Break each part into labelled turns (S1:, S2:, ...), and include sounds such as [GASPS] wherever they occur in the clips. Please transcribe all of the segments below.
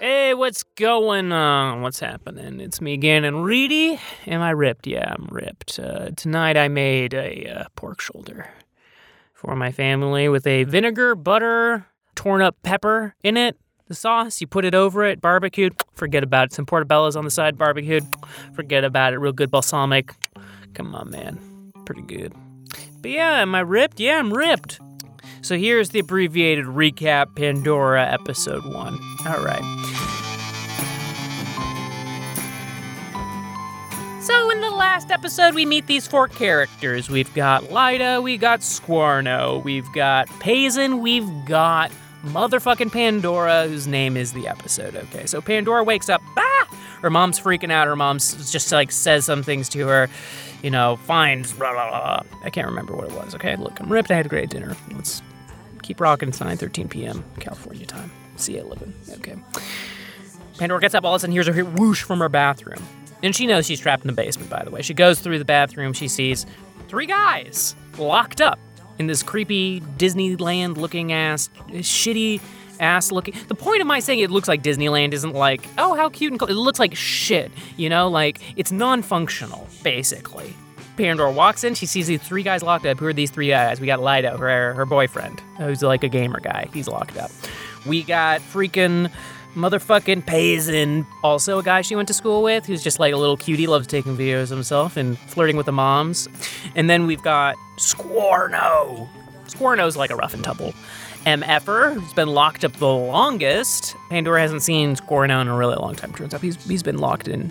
S1: Hey, what's going on? What's happening? It's me again. And Reedy, am I ripped? Yeah, I'm ripped. Uh, tonight I made a uh, pork shoulder for my family with a vinegar, butter, torn up pepper in it. The sauce, you put it over it, barbecued. Forget about it. Some portobello's on the side, barbecued. Forget about it. Real good balsamic. Come on, man. Pretty good. But yeah, am I ripped? Yeah, I'm ripped. So here's the abbreviated recap Pandora episode 1. All right. So in the last episode we meet these four characters. We've got Lyda, we got Squarno, we've got Pazin, we've got motherfucking Pandora whose name is the episode. Okay. So Pandora wakes up. Ah! Her mom's freaking out. Her mom's just like says some things to her you know, fines, blah, blah, blah. I can't remember what it was. Okay, look, I'm ripped. I had a great dinner. Let's keep rocking. It's 9 13 p.m. California time. See you at 11. Okay. Pandora gets up all of a sudden, hears a hear- whoosh from her bathroom. And she knows she's trapped in the basement, by the way. She goes through the bathroom. She sees three guys locked up in this creepy Disneyland looking ass, shitty ass looking. The point of my saying it looks like Disneyland isn't like, oh, how cute and cool. It looks like shit, you know? Like, it's non functional, basically. Pandora walks in. She sees these three guys locked up. Who are these three guys? We got Lido, her her boyfriend, who's like a gamer guy. He's locked up. We got freaking motherfucking Pazin, also a guy she went to school with, who's just like a little cutie, loves taking videos of himself and flirting with the moms. And then we've got Squarno. Squarno's like a rough and tumble MFer who's been locked up the longest. Pandora hasn't seen Squarno in a really long time. Turns out he's he's been locked in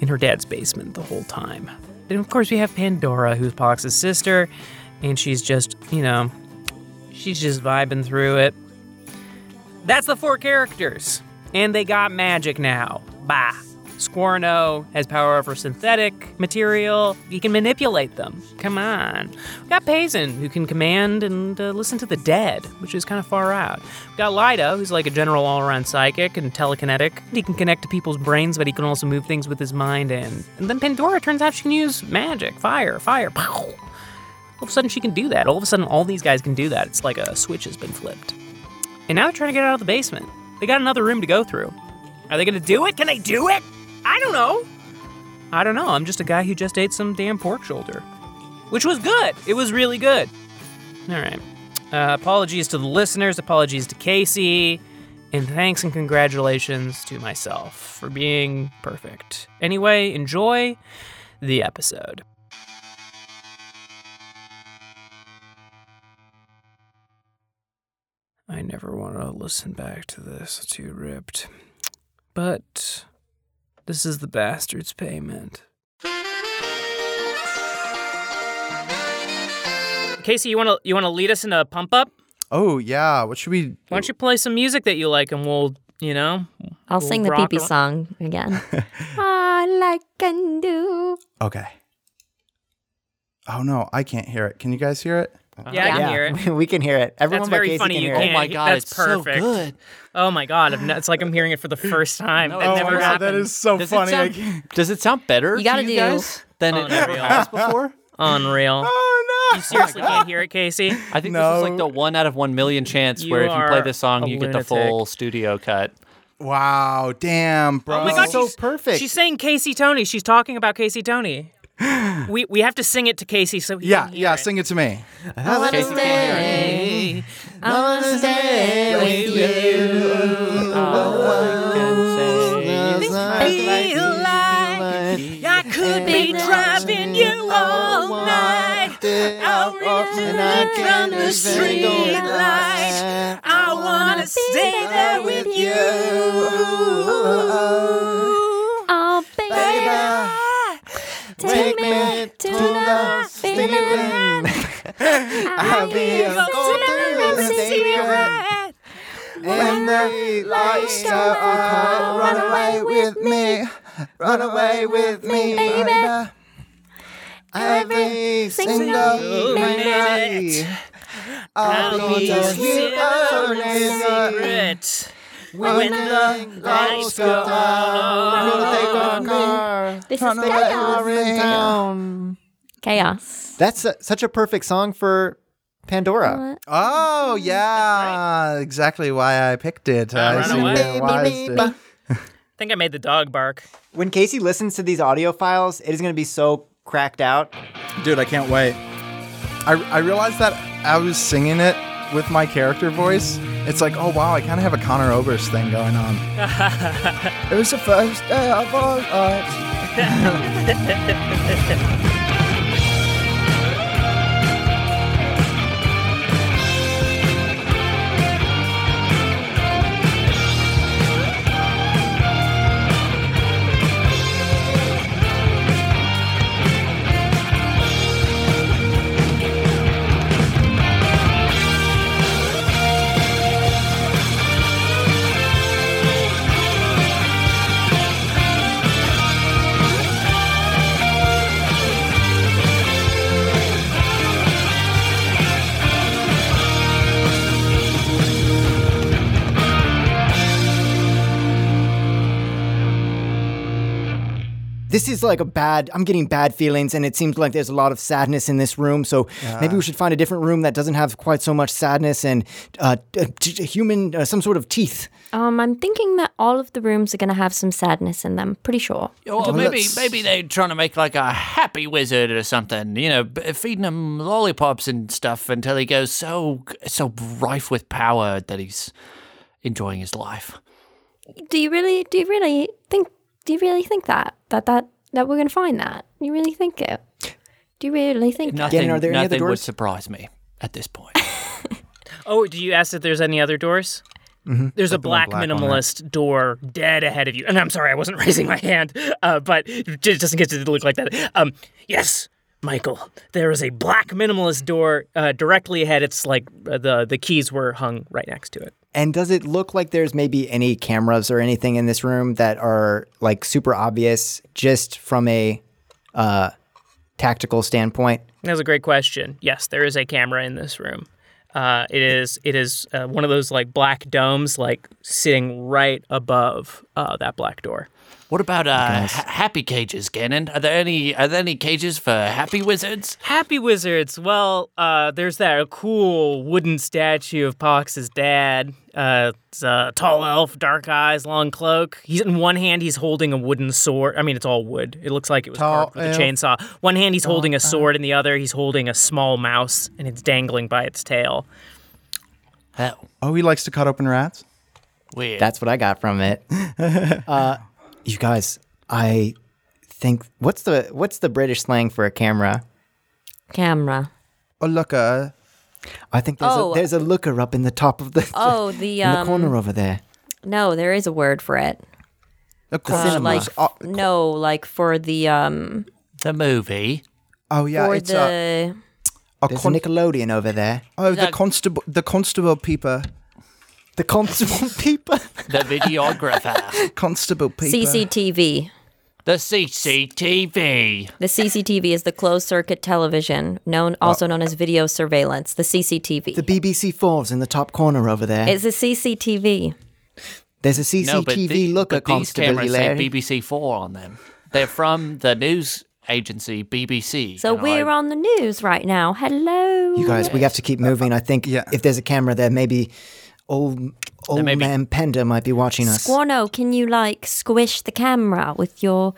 S1: in her dad's basement the whole time. Then, of course, we have Pandora, who's Pox's sister, and she's just, you know, she's just vibing through it. That's the four characters, and they got magic now. Bah. Squirno has power over synthetic material. He can manipulate them. Come on. We got Pazin, who can command and uh, listen to the dead, which is kind of far out. We got Lido, who's like a general all around psychic and telekinetic. He can connect to people's brains, but he can also move things with his mind. And, and then Pandora turns out she can use magic fire, fire, pow. All of a sudden, she can do that. All of a sudden, all these guys can do that. It's like a switch has been flipped. And now they're trying to get out of the basement. They got another room to go through. Are they going to do it? Can they do it? I don't know. I don't know. I'm just a guy who just ate some damn pork shoulder, which was good. It was really good. All right. Uh, apologies to the listeners, apologies to Casey, and thanks and congratulations to myself for being perfect. Anyway, enjoy the episode. I never want to listen back to this. It's Too ripped. But this is the bastard's payment. Casey, you want to you want to lead us in a pump up?
S2: Oh yeah, what should we?
S1: Why don't you play some music that you like and we'll, you know,
S3: I'll sing the
S1: rock
S3: pee
S1: around.
S3: song again. [LAUGHS] All I can do.
S2: Okay. Oh no, I can't hear it. Can you guys hear it?
S1: yeah, I can hear it.
S4: [LAUGHS] we can hear it. Everyone
S1: That's
S4: but
S1: very
S4: Casey
S1: funny
S4: can
S1: you
S4: hear it.
S1: can't.
S5: Oh my god,
S1: That's
S5: it's
S1: perfect.
S5: so good.
S1: Oh my god, I've ne- it's like I'm hearing it for the first time.
S5: No.
S1: That
S5: Oh
S1: never
S5: my God,
S1: happened.
S2: that is so
S5: Does it
S2: funny. I
S5: sound-
S2: can't-
S5: Does it sound better
S3: You gotta
S5: to
S3: do.
S5: you guys than
S1: Oh,
S5: it ever
S1: Unreal.
S5: has before?
S1: Unreal.
S2: oh no!
S1: You seriously can't hear it, Casey?
S5: I think this
S2: No.
S5: is like the one out of one million chance
S1: You
S5: where if you
S1: are
S5: play this
S1: a
S5: song, you get the
S1: lunatic.
S5: full studio cut.
S2: [LAUGHS] Wow, damn, bro.
S1: Oh my god,
S4: so
S1: she's-
S4: perfect.
S1: She's saying Casey Tony. She's talking about Casey Tony. We we have to sing it to Casey so he
S2: yeah,
S1: can hear
S2: yeah,
S1: it.
S2: sing it to me.
S3: I wanna
S5: Casey can
S3: stay. I wanna stay with you.
S1: Oh,
S5: Oh,
S1: Feel like I could be driving you all night. I'll run from the street light. I wanna stay there with
S2: Oh,
S1: you.
S3: Oh, baby, take me to the feeling. I'll be a golden receiver.
S2: And the lights go on. Run away with me. Run away with me,
S3: Baby.
S2: baby. Every single
S1: minute.
S2: minute. I'll be just you only.
S1: When the lights go on.
S3: This is chaos. Chaos.
S4: That's su- such a perfect song for Pandora.
S2: Oh Mm-hmm. yeah, exactly why I picked it. I
S1: run
S2: see
S1: away.
S2: why it's-
S1: think I made the dog bark.
S4: When Casey listens to these audio files, it is going to be so cracked out.
S2: Dude, I can't wait. I, I realized that I was singing it with my character voice. It's like, oh wow, I kind of have a Connor Oberst thing going [LAUGHS] on. it was the first day of our lives.
S4: This is like a bad, I'm getting bad feelings, and it seems like there's a lot of sadness in this room. So maybe we should find a different room that doesn't have quite so much sadness and uh, t- t- human, uh, some sort of teeth.
S6: Um, I'm thinking that all of the rooms are going to have some sadness in them. Pretty sure.
S5: Or maybe
S2: that's-
S5: maybe they're trying to make like a happy wizard or something, you know, b- feeding him lollipops and stuff until he goes so so rife with power that he's enjoying his life.
S6: Do you really? Do you really think? Do you really think that that that that we're going to find that? You really think it? Do you really think? it?
S5: Nothing,
S4: are there any other
S5: nothing would
S4: doors?
S5: surprise me at this point.
S1: Oh, do you ask if there's any other doors? There's a black,
S2: black one, right?
S1: minimalist door dead ahead of you. And I'm sorry, I wasn't [LAUGHS] raising my hand, uh, but it just doesn't get to look like that. Um, yes, Michael, there is a black minimalist door uh, directly ahead. It's like uh, the the keys were hung right next to it.
S4: And does it look like there's maybe any cameras or anything in this room that are like super obvious just from a uh, tactical standpoint?
S1: That's a great question. Yes, there is a camera in this room. Uh, it is it is uh, one of those like black domes, like sitting right above uh, that black door.
S5: what about uh, ha- happy cages, Gannon? Are there any are there any cages for happy wizards?
S1: Happy Wizards. Well, uh, there's that cool wooden statue of Pox's dad. Uh, it's a tall elf, dark eyes, long cloak. He's in one hand, he's holding a wooden sword. I mean, it's all wood. It looks like it was
S2: Tall
S1: carved with
S2: elf.
S1: a chainsaw. One hand, he's holding a sword, and the other, he's holding a small mouse, and it's dangling by its tail.
S5: Oh,
S2: Oh, he likes to cut open rats?
S5: weird.
S4: That's what I got
S2: [LAUGHS]
S4: from it. uh, you guys, I think what's the what's the British slang for a camera?
S6: Camera.
S2: Oh, look, uh,
S4: I think there's,
S6: Oh.
S4: a, there's a looker up in the top of the
S6: [LAUGHS] Oh, the
S4: in the
S6: um.
S4: corner over there.
S6: No, there is a word for it.
S2: the
S6: Uh,
S2: corner.
S6: like
S2: oh,
S6: no, like for the um
S5: the movie.
S2: oh, yeah,
S6: for
S2: it's a,
S6: the
S2: a
S4: There's
S2: con-
S4: a Nickelodeon over there.
S2: oh, the
S5: the-
S2: constable, the constable peeper,
S4: The
S6: [LAUGHS]
S4: constable people. [LAUGHS]
S5: The videographer.
S2: constable peeper.
S6: CCTV.
S5: the CCTV.
S6: The CCTV is the closed circuit television, known also known as video surveillance. The CCTV.
S4: the BBC Fours in the top corner over there.
S6: it's a CCTV.
S4: there's a CCTV
S5: No, but, the,
S4: looker
S5: but these
S4: constable
S5: cameras say
S4: there.
S5: BBC Four on them. They're from the news agency BBC.
S6: So
S5: and I-
S6: we're on the news right now. Hello.
S4: You guys, we have to keep moving. I think
S2: yeah.
S4: if there's a camera there, maybe old old
S5: may be-
S4: man Pender might be watching us.
S6: Squano, can you like squish the camera with your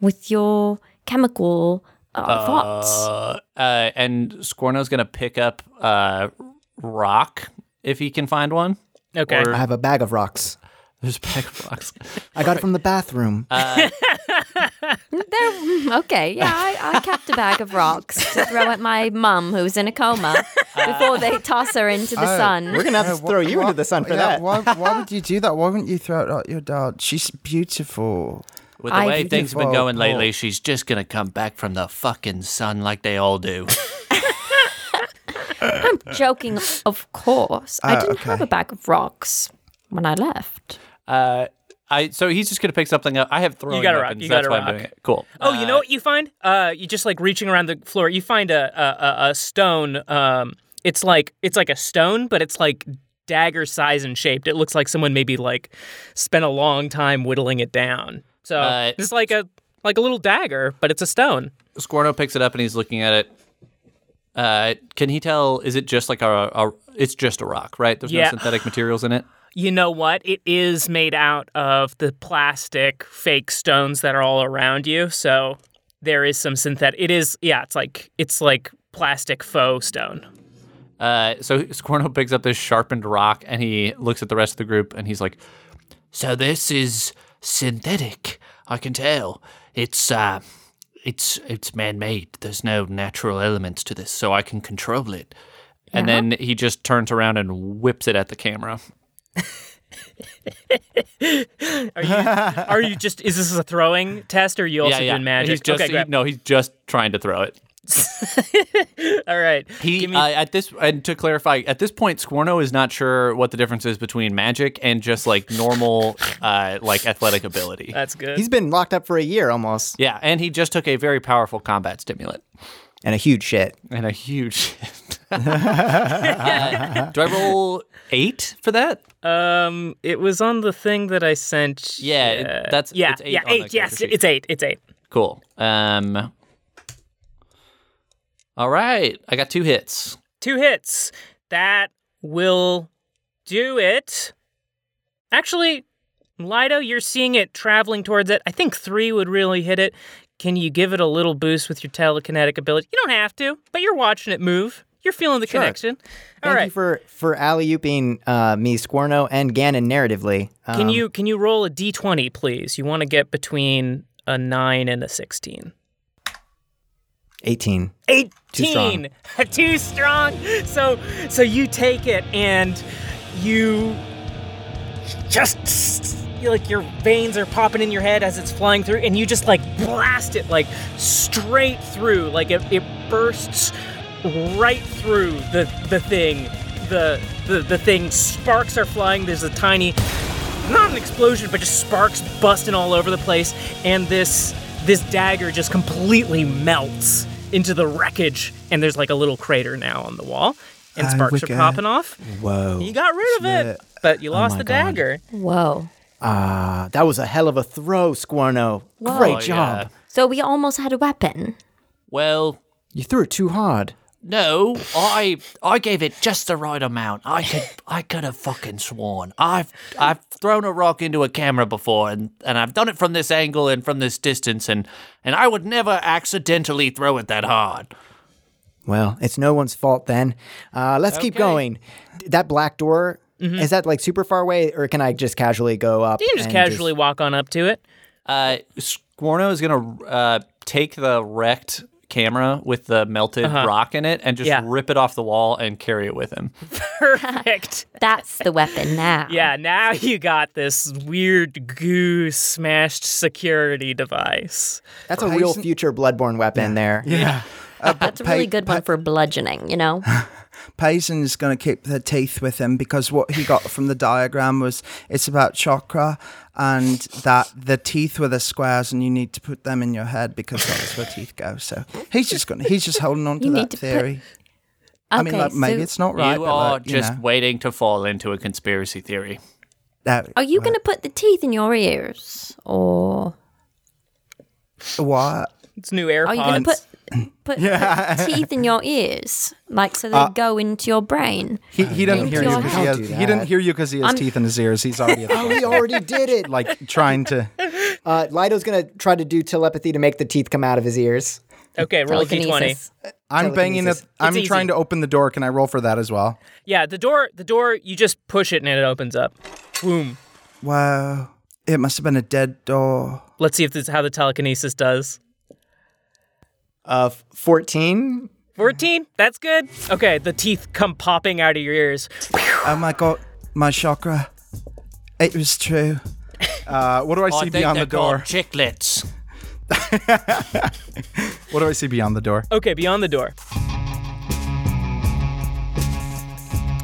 S6: with your chemical uh, thoughts?
S5: Uh, uh, and Scorno's gonna pick up uh, rock if he can find one.
S1: Okay.
S4: I have a bag of rocks.
S5: [LAUGHS] There's a pack of rocks.
S4: I got it from the bathroom.
S5: Uh,
S6: There, mm, okay, yeah, I,
S2: [LAUGHS]
S6: I kept a bag of rocks to throw at my mum who's in a coma before they toss her into the
S2: Oh,
S6: sun.
S4: We're gonna have
S2: Yeah, [LAUGHS]
S4: to
S2: wha-
S4: throw you
S2: wha-
S4: into the sun for
S2: yeah,
S4: that.
S2: Why, why would
S4: [LAUGHS]
S2: you do that? Why wouldn't you throw it at your dad? She's beautiful.
S5: With the
S6: I-
S5: way things have been
S2: Oh,
S5: going
S2: Paul.
S5: lately, she's just gonna come back from the fucking sun like they all do. [LAUGHS]
S6: Joking, of course. I
S2: Ah,
S6: didn't have
S2: okay.
S6: a bag of rocks when I left.
S5: uh, I so he's just gonna pick something up. I have throwing
S1: got a rock,
S5: weapons.
S1: you got
S5: That's
S1: a
S5: why
S1: rock.
S5: I'm doing it. Cool.
S1: Oh, you know what you find? Uh, you just like reaching around the floor, you find a a, a, a stone. Um, it's like it's like a stone, but it's like dagger size and shaped. It looks like someone maybe like spent a long time whittling it down. So
S5: Uh,
S1: it's like a like a little dagger, but it's a stone.
S5: Scorno picks it up and he's looking at it. Uh, can he tell? Is it just like a? a it's just a rock, right? There's no
S1: Yeah.
S5: synthetic materials in it.
S1: you know what? It is made out of the plastic fake stones that are all around you. So there is some synthetic. It is, yeah, it's like, it's like plastic faux stone.
S5: Uh, so [LAUGHS] Squirno picks up this sharpened rock and he looks at the rest of the group and he's like, "So this is synthetic. I can tell. It's uh, it's it's man-made. There's no natural elements to this, so I can control it." And
S1: Uh-huh.
S5: then he just turns around and whips it at the camera.
S1: Are you, are you just, is this a throwing test or are you also doing magic?
S5: He's just
S1: okay, great.
S5: no, he's just trying to throw it.
S1: all right.
S5: He uh, at this and to clarify, at this point, Squirno is not sure what the difference is between magic and just like normal, [LAUGHS] uh, like athletic ability.
S1: That's good.
S4: He's been locked up for a year almost,
S5: yeah, and he just took a very powerful combat stimulant
S4: and a huge shit.
S5: and a huge. [LAUGHS] Uh, do I roll eight for that?
S1: Um, it was on the thing that I sent.
S5: Yeah, it-
S1: uh,
S5: that's-
S1: yeah,
S5: it's eight
S1: yeah,
S5: on the
S1: eight. Yes,
S5: character sheet.
S1: it's eight. It's eight.
S5: Cool. Um. All right, I got two hits.
S1: Two hits. That will do it. Actually, Lido, you're seeing it traveling towards it. I think three would really hit it. Can you give it a little boost with your telekinetic ability? You don't have to, but you're watching it move. You're feeling the connection. All
S4: Thank
S1: right.
S4: you for for alley ooping uh, me, Squirno, and Ganon narratively. Um,
S1: can you can you roll a d20, please? You want to get between a nine and a sixteen.
S4: Uh, 18.
S1: 18
S4: strong.
S1: [LAUGHS] Too strong. so so you take it and you just you like your veins are popping in your head as it's flying through and you just like blast it like straight through like it, it bursts right through the the thing the, the the thing sparks are flying there's a tiny not an explosion, but just sparks busting all over the place, and this this dagger just completely melts into the wreckage, and there's like a little crater now on the wall, and
S2: Ah,
S1: sparks are
S2: wicked.
S1: popping off.
S4: Whoa.
S1: You got rid of it,
S2: Shit.
S1: but you lost
S4: Oh my
S1: the
S4: God.
S1: dagger.
S6: Whoa.
S4: Ah, that was a hell of a throw, Squirno.
S6: Whoa.
S4: Great
S5: Oh,
S4: job.
S5: yeah.
S6: So we almost had a weapon.
S5: Well,
S4: You threw it too hard.
S5: No, I I gave it just the right amount. I could I could have fucking sworn. I've I've thrown a rock into a camera before and, and I've done it from this angle and from this distance and and I would never accidentally throw it that hard.
S4: Well, it's no one's fault then. Uh, let's keep going. D- That black door is that like super far away, or can I just casually go up?
S1: Mm-hmm. You can just
S4: and
S1: casually walk on up to
S6: [LAUGHS]
S1: it.
S5: Uh Squorno is gonna uh take the wrecked camera with the melted rock in it and just
S1: Yeah.
S5: rip it off the wall and carry it with him.
S1: Perfect.
S6: That's the weapon now.
S1: Yeah, now you got this weird goo smashed security device.
S4: That's a real future Bloodborne weapon there.
S2: Yeah. Uh, but
S6: That's a really
S2: Pa-
S6: good one for bludgeoning,
S2: [LAUGHS]
S6: you know?
S2: Payson is going to keep the teeth with him because what he got from the diagram was it's about chakra and that the teeth were the squares and you need to put them in your head because that's where teeth go. So he's just going. to He's just holding on to
S6: You
S2: that
S6: need to put-
S2: theory. I mean,
S6: Okay,
S2: like, maybe
S6: so-
S2: it's not right.
S5: you
S2: but
S5: are
S2: like, you
S5: just
S2: know,
S5: waiting to fall into a conspiracy theory.
S2: that-
S6: Are you going to put the teeth in your ears? Or
S2: what?
S1: It's new AirPods.
S6: are Oh, you going to put,
S2: [LAUGHS]
S6: put, put teeth in your ears? Like, so they
S2: Uh,
S6: go into your brain?
S2: He, he doesn't hear you
S6: Don't
S2: because he has
S4: do
S2: he didn't
S4: that.
S2: hear you because he has teeth in his ears. He's
S6: [LAUGHS]
S2: already at the
S4: [LAUGHS]
S6: Oh,
S4: We already did it. Like,
S2: like trying to.
S1: [LAUGHS]
S4: uh, Lido's gonna try to do telepathy to make the teeth come out of his ears.
S1: okay, roll a d20.
S6: Telekinesis.
S2: I'm banging it.
S4: Telekinesis.
S2: I'm
S1: It's
S2: trying
S1: easy.
S2: to open the door. Can I roll for that as well?
S1: Yeah, the door, the door, you just push it and it opens up. Boom.
S2: Wow. It must have been a dead door.
S1: Let's see if this is how the telekinesis does.
S4: Uh, fourteen.
S1: 14 that's good okay the teeth come popping out of your ears
S2: Oh my god, my chakra. It was true. Uh,
S1: Oh,
S2: what do I see beyond the door?
S5: chiclets.
S2: What do I see beyond
S1: [LAUGHS]
S2: the door?
S1: okay beyond the door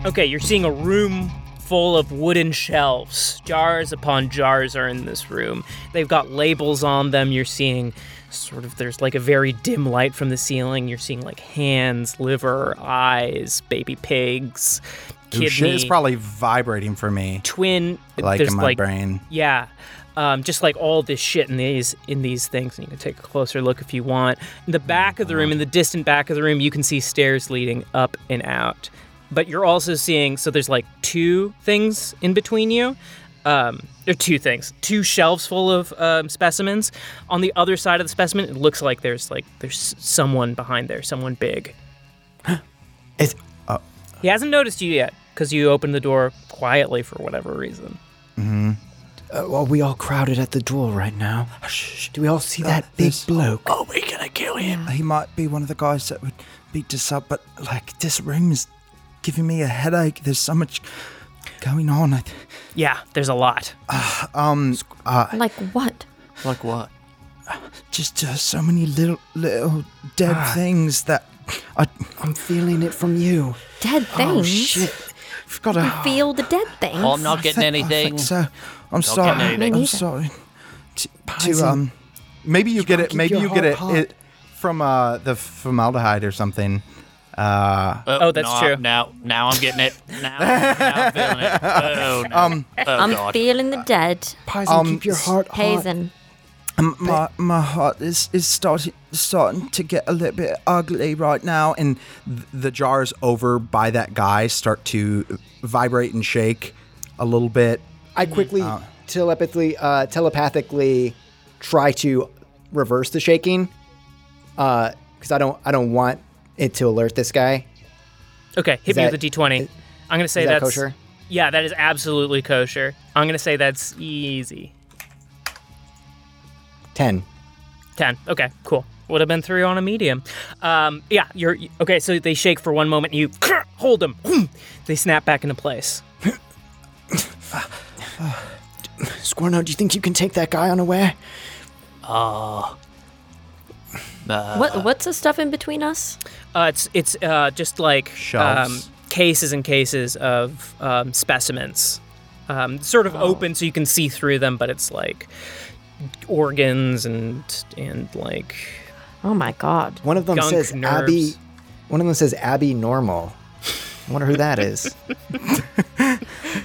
S1: okay you're seeing a room full of wooden shelves jars upon jars are in this room they've got labels on them you're seeing sort of there's like a very dim light from the ceiling you're seeing like hands liver eyes baby pigs
S2: Ooh, shit
S1: kidney
S2: is probably vibrating for me,
S1: twin
S2: like
S1: there's
S2: in my
S1: like
S2: brain.
S1: Yeah. Um, just like all this shit in these in these things, and you can take a closer look if you want. In the back of the room, in the distant back of the room, you can see stairs leading up and out. but you're also seeing so there's like two things in between you um, there are two things two shelves full of um, specimens on the other side of the specimen it looks like there's like there's someone behind there someone big
S4: It's,
S1: he hasn't noticed you yet because you opened the door quietly for whatever reason
S4: uh, are we all crowded at the door right now? Do we all see that big
S2: there's-
S4: bloke?
S5: Are we gonna kill him?
S2: He might be one of the guys that would beat us up, but like this room is giving me a headache. There's so much going on. I,
S1: yeah there's a lot
S2: um, uh,
S6: Like what?
S5: Like what?
S2: just uh, so many little little dead things that I
S4: I'm feeling it from you.
S6: Dead things.
S4: Oh shit!
S2: forgot to.
S6: Feel the dead things.
S5: Well, I'm
S2: [LAUGHS]
S5: not
S2: I
S5: getting
S2: think- I
S5: anything.
S2: think so I'm sorry.
S5: getting anything.
S6: Me
S2: I'm
S6: neither.
S2: sorry. To,
S4: Paisley,
S2: to, um, maybe you get
S4: gotta
S2: it.
S4: keep
S2: Maybe you
S4: your
S2: get
S4: heart
S2: it,
S4: hot.
S2: it from uh the formaldehyde or something. Uh,
S1: Oh, that's
S5: no,
S1: true.
S5: Now, now I'm getting it. Now, now I'm feeling
S2: [LAUGHS]
S5: it. Oh, no. oh
S6: I'm
S5: God.
S6: feeling the dead.
S4: Paisley,
S2: Um,
S4: keep your heart hot.
S6: Hazen.
S2: Um, my my heart is is starting starting to get a little bit ugly right now, and th- the jars over by that guy start to vibrate and shake a little bit.
S4: I quickly telepathically uh, telepathically try to reverse the shaking because I don't I don't want it to alert this guy.
S1: okay hit
S4: Is
S1: me
S4: that-
S1: with a d20 i'm gonna say
S4: is that
S1: that's
S4: kosher?
S1: yeah that is absolutely kosher i'm gonna say that's easy
S4: Ten.
S1: 10 okay cool would have been three on a medium um, yeah you're okay so they shake for one moment you [CLEARS THROAT] hold them they snap back into place
S4: Squirno, do you think you can take that guy unaware?
S5: Uh,
S6: What? What's the stuff in between us?
S1: uh, it's it's uh, just like um,
S2: Shelves.
S1: cases and cases of um, specimens um, sort of open so you can see through them but it's like organs and and like
S6: Oh my god.
S4: One of them
S1: Gunk
S4: says
S1: nerves.
S4: Abby. One of them says Abby Normal. I wonder who that is.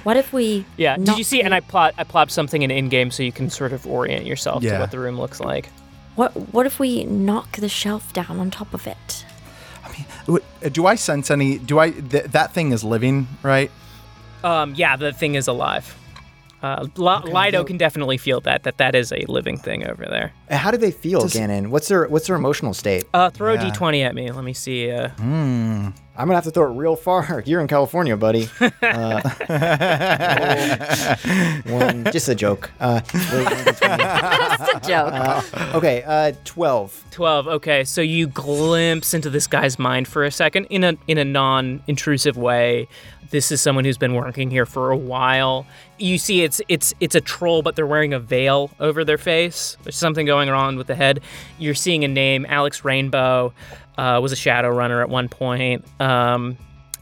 S6: What if we?
S1: yeah did
S6: knock-
S1: you see and i plot i plopped something in in game so you can sort of orient yourself
S2: Yeah.
S1: to what the room looks like
S6: What? What if we knock the shelf down on top of it?
S2: I mean, w- uh, do I sense any? Do I th- that thing is living, right?
S1: Um, yeah, the thing is alive. Uh, Li- Lido can definitely feel that that that is a living thing over there.
S4: Uh, How do they feel, Ganon? What's their What's their emotional state?
S1: Uh, throw a d20 at me. Let me see. Uh,
S4: I'm gonna have to throw it real far. [LAUGHS] You're in California,
S1: [LAUGHS]
S4: buddy. [LAUGHS] Uh, roll one, just a joke. Uh, roll one d20.
S6: It's a
S2: Uh,
S6: joke.
S4: okay, uh, twelve.
S1: 12. Okay, so you glimpse into this guy's mind for a second in a in a non-intrusive way. This is someone who's been working here for a while. You see it's it's it's a troll but they're wearing a veil over their face. There's something going on with the head. You're seeing a name Alex Rainbow uh, was a shadow runner at one point. Um,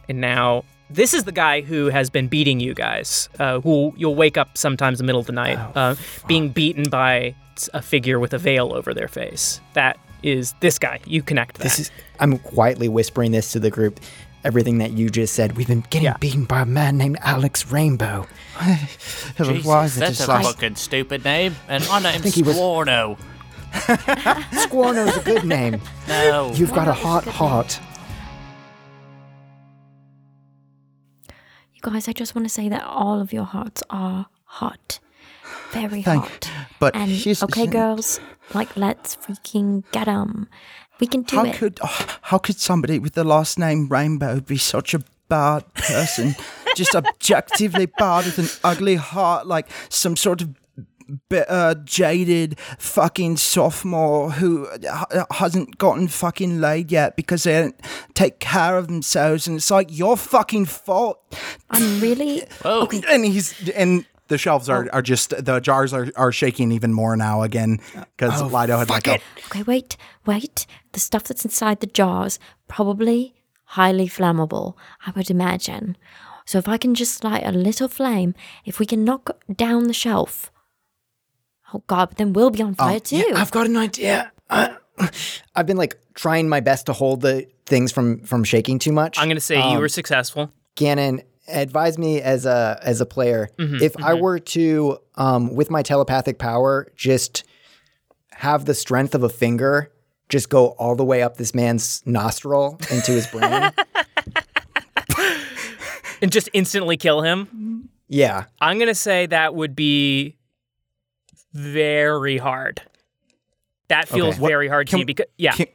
S1: and now this is the guy who has been beating you guys. Uh, who you'll wake up sometimes in the middle of the night,
S2: Oh,
S1: uh, being beaten by a figure with a veil over their face. That is this guy. You connect that.
S4: This is. I'm quietly whispering this to the group. Everything that you just said. We've been getting
S1: Yeah.
S4: beaten by a man named Alex Rainbow.
S2: Why
S5: Jesus,
S2: is it
S5: that's
S2: just
S5: a
S2: like-
S5: fucking stupid name. And my name's
S4: think he was-
S5: Squorno.
S4: Squarno's a good name.
S2: [LAUGHS]
S5: No.
S4: You've got a
S6: Squarno's a
S4: hot
S6: good name.
S4: heart.
S6: You guys, I just want to say that all of your hearts are hot, very
S2: Thank-
S6: hot.
S2: but
S6: and
S2: she's-
S6: okay,
S2: she-
S6: girls, like let's freaking get 'em. We can do
S2: How
S6: it.
S2: could oh, how could somebody with the last name Rainbow be such a bad
S6: [LAUGHS]
S2: person? Just objectively bad with an ugly heart, like some sort of bitter, jaded fucking sophomore who h- hasn't gotten fucking laid yet because they don't take care of themselves, and it's like your fucking fault. [LAUGHS]
S6: I'm really
S5: Oh,
S2: [CLEARS THROAT] And he's and. The shelves are, are just the jars are, are shaking even more now again because Lido had like a
S6: okay. Wait, wait. The stuff that's inside the jars probably highly flammable. I would imagine. So if I can just light a little flame, if we can knock down the shelf. Oh God! But then we'll be on fire too.
S4: I've got an idea. Uh, I've been like trying my best to hold the things from from shaking too much.
S1: I'm gonna say you
S2: um,
S1: were successful.
S4: Gannon, advise me as a as a player if I were to, um, with my telepathic power, just have the strength of a finger, just go all the way up this man's nostril into his brain.
S1: and just instantly kill him.
S4: Yeah.
S1: I'm going to say that would be very hard. That feels
S2: What-
S1: very hard to
S2: can-
S1: me because yeah. [LAUGHS]
S2: Can,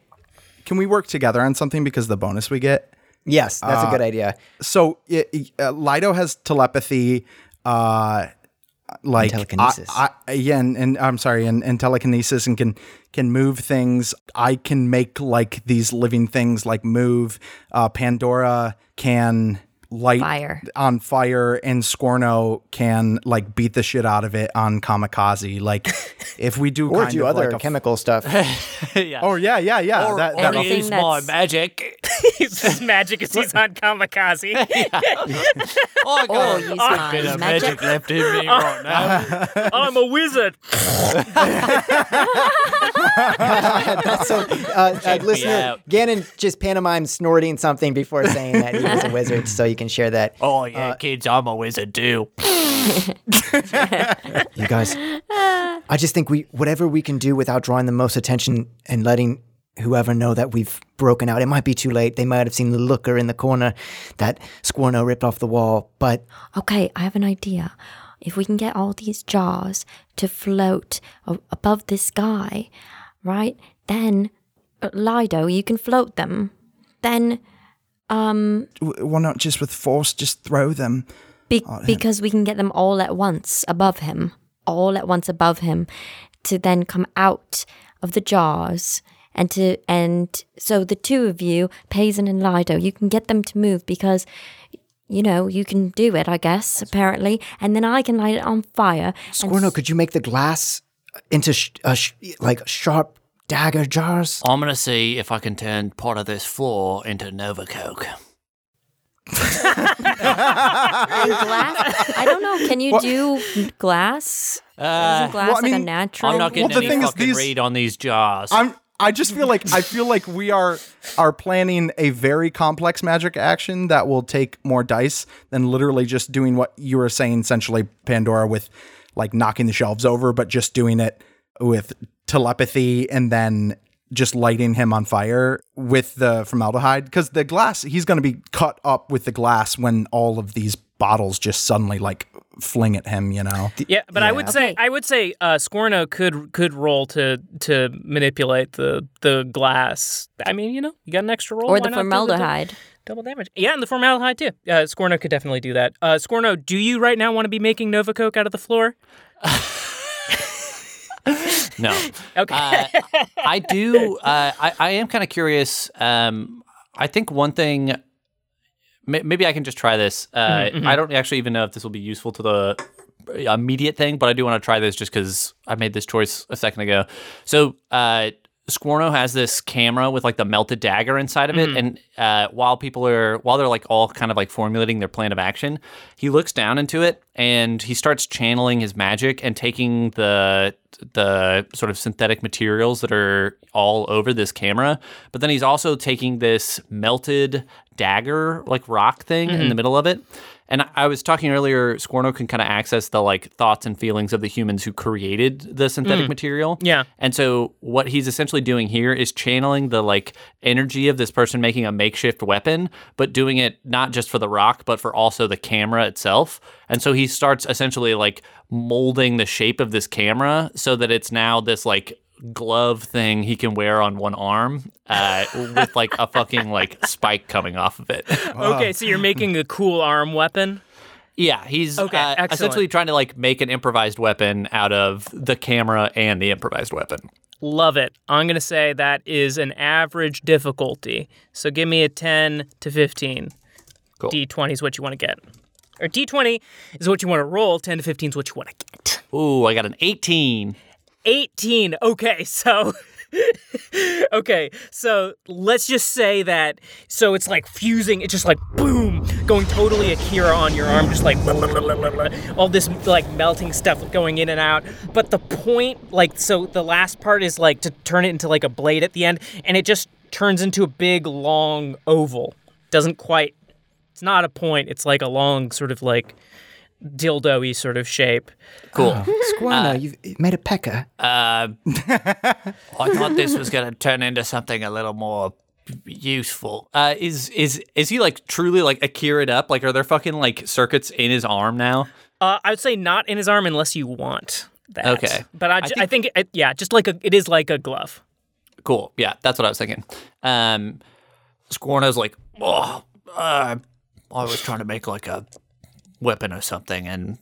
S2: can we work together on something because the bonus we get?
S4: Yes, that's a good idea.
S2: So it, it- uh, Lido has telepathy, uh, like
S4: And telekinesis.
S2: I, I, yeah, and, and I'm sorry, and, and telekinesis, and can can move things. I can make like these living things like move. Uh, Pandora can light
S6: Fire.
S2: on fire, and Scorno can like beat the shit out of it on Kamikaze. Like if we do
S4: Or
S2: kind
S4: do
S2: of
S4: other
S2: like a-
S4: chemical stuff.
S2: Oh yeah, yeah, yeah.
S5: Or,
S2: that,
S5: or
S2: that'll-
S6: anything
S5: use my
S6: that's-
S5: magic.
S2: [LAUGHS]
S1: He's as magic as he's on kamikaze.
S5: Oh, I
S6: Or
S5: got
S6: use
S5: a bit
S6: my
S5: of magic
S6: magic.
S5: left in
S2: [LAUGHS]
S5: me right now.
S1: I'm a wizard.
S4: so, [LAUGHS] [LAUGHS] uh, uh, listener,
S5: out.
S4: Gannon just pantomimed snorting something before saying that he was a wizard, so you can share that.
S5: Oh yeah,
S2: Uh,
S5: kids, I'm a wizard too.
S4: You guys, I just think we, whatever we can do without drawing the most attention and letting whoever know that we've broken out, it might be too late. They might have seen the looker in the corner that Squirno ripped off the wall, but
S6: Okay, I have an idea. If we can get all these jars to float a- above the sky, right? Then uh, Lido, you can float them. Then
S2: why not just with force? Just throw them.
S6: be-
S2: Oh,
S6: because we can get them all at once above him, all at once above him, to then come out of the jars and to and so the two of you, Payson and Lido, you can get them to move because. You know, you can do it, I guess, apparently. And then I can light it on fire. and
S4: Squirno, could you make the glass into sh- uh, sh- like sharp dagger
S5: [LAUGHS]
S4: jars?
S5: I'm gonna see if I can turn part of this floor into Nova Coke.
S6: And
S2: [LAUGHS]
S6: glass. I don't know. Can you do glass? Isn't glass
S2: well, I
S6: like a
S2: mean,
S6: natural?
S5: I'm not getting
S2: Well, the
S5: any
S2: thing is
S5: fucking
S2: these-
S5: read on these jars.
S2: [LAUGHS] I'm. I just feel like I feel like we are are planning a very complex magic action that will take more dice than literally just doing what you were saying, essentially Pandora with like knocking the shelves over, but just doing it with telepathy and then just lighting him on fire with the formaldehyde because the glass he's going to be cut up with the glass when all of these bottles just suddenly like fling at him you know
S1: Yeah, but I would say
S6: Okay.
S1: I would say uh, Scorno could could roll to to manipulate the the glass. I mean, you know, you got an extra roll
S6: or
S1: why
S6: the
S1: not do
S6: formaldehyde.
S1: double damage. Yeah, and the formaldehyde too. Uh, Scorno could definitely do that. Uh, Scorno, do you right now want to be making Nova Coke out of the floor?
S2: [LAUGHS]
S5: no.
S1: Okay. [LAUGHS]
S5: uh, I do. Uh, I, I am kind of curious. Um, I think one thing. may- Maybe I can just try this. Uh, I don't actually even know if this will be useful to the immediate thing, but I do want to try this just because I made this choice a second ago. So, uh, Squirno has this camera with like the melted dagger inside of it, and uh, while people are while they're like all kind of like formulating their plan of action, he looks down into it and he starts channeling his magic and taking the the sort of synthetic materials that are all over this camera. But then he's also taking this melted dagger like rock thing in the middle of it. And I- I was talking earlier, Scorno can kind of access the like thoughts and feelings of the humans who created the synthetic material.
S1: Yeah.
S5: And so what he's essentially doing here is channeling the like energy of this person making a makeshift weapon, but doing it not just for the rock, but for also the camera itself. And so he starts essentially like molding the shape of this camera so that it's now this like glove thing he can wear on one arm uh, with like a fucking like spike coming off of it. [LAUGHS]
S1: okay, so you're making a cool arm weapon.
S5: Yeah, he's
S1: Okay,
S5: uh,
S1: excellent.
S5: essentially trying to like make an improvised weapon out of the camera and the improvised weapon.
S1: Love it. I'm gonna say that is an average difficulty. So give me a 10 to 15.
S5: Cool.
S1: D20 is what you want to get, or D20 is what you want to roll. 10 to 15 is what you want to get.
S5: Ooh, I got an 18.
S1: 18. Okay, so [LAUGHS] Okay, so let's just say that so it's like fusing, it's just like boom, going totally Akira on your arm, just like [LAUGHS] blah, blah, blah, blah, blah, blah, all this like melting stuff going in and out. But the point like so the last part is like to turn it into like a blade at the end and it just turns into a big long oval. Doesn't quite it's not a point, it's like a long sort of like dildo-y sort of shape.
S5: Cool.
S1: Oh.
S5: [LAUGHS]
S4: Squirno, you've made a pecker.
S5: I thought this was going to turn into something a little more useful. Uh, is is is he like truly like Akira'd up? Like, are there fucking like circuits in his arm now?
S1: Uh, I would say not in his arm unless you want that.
S5: Okay.
S1: But I, ju- I think, it, yeah, just like a, it is like a glove.
S5: Cool. Yeah, that's what I was thinking. Um, Scorno's like, oh, uh, I was trying to make like a weapon or something, and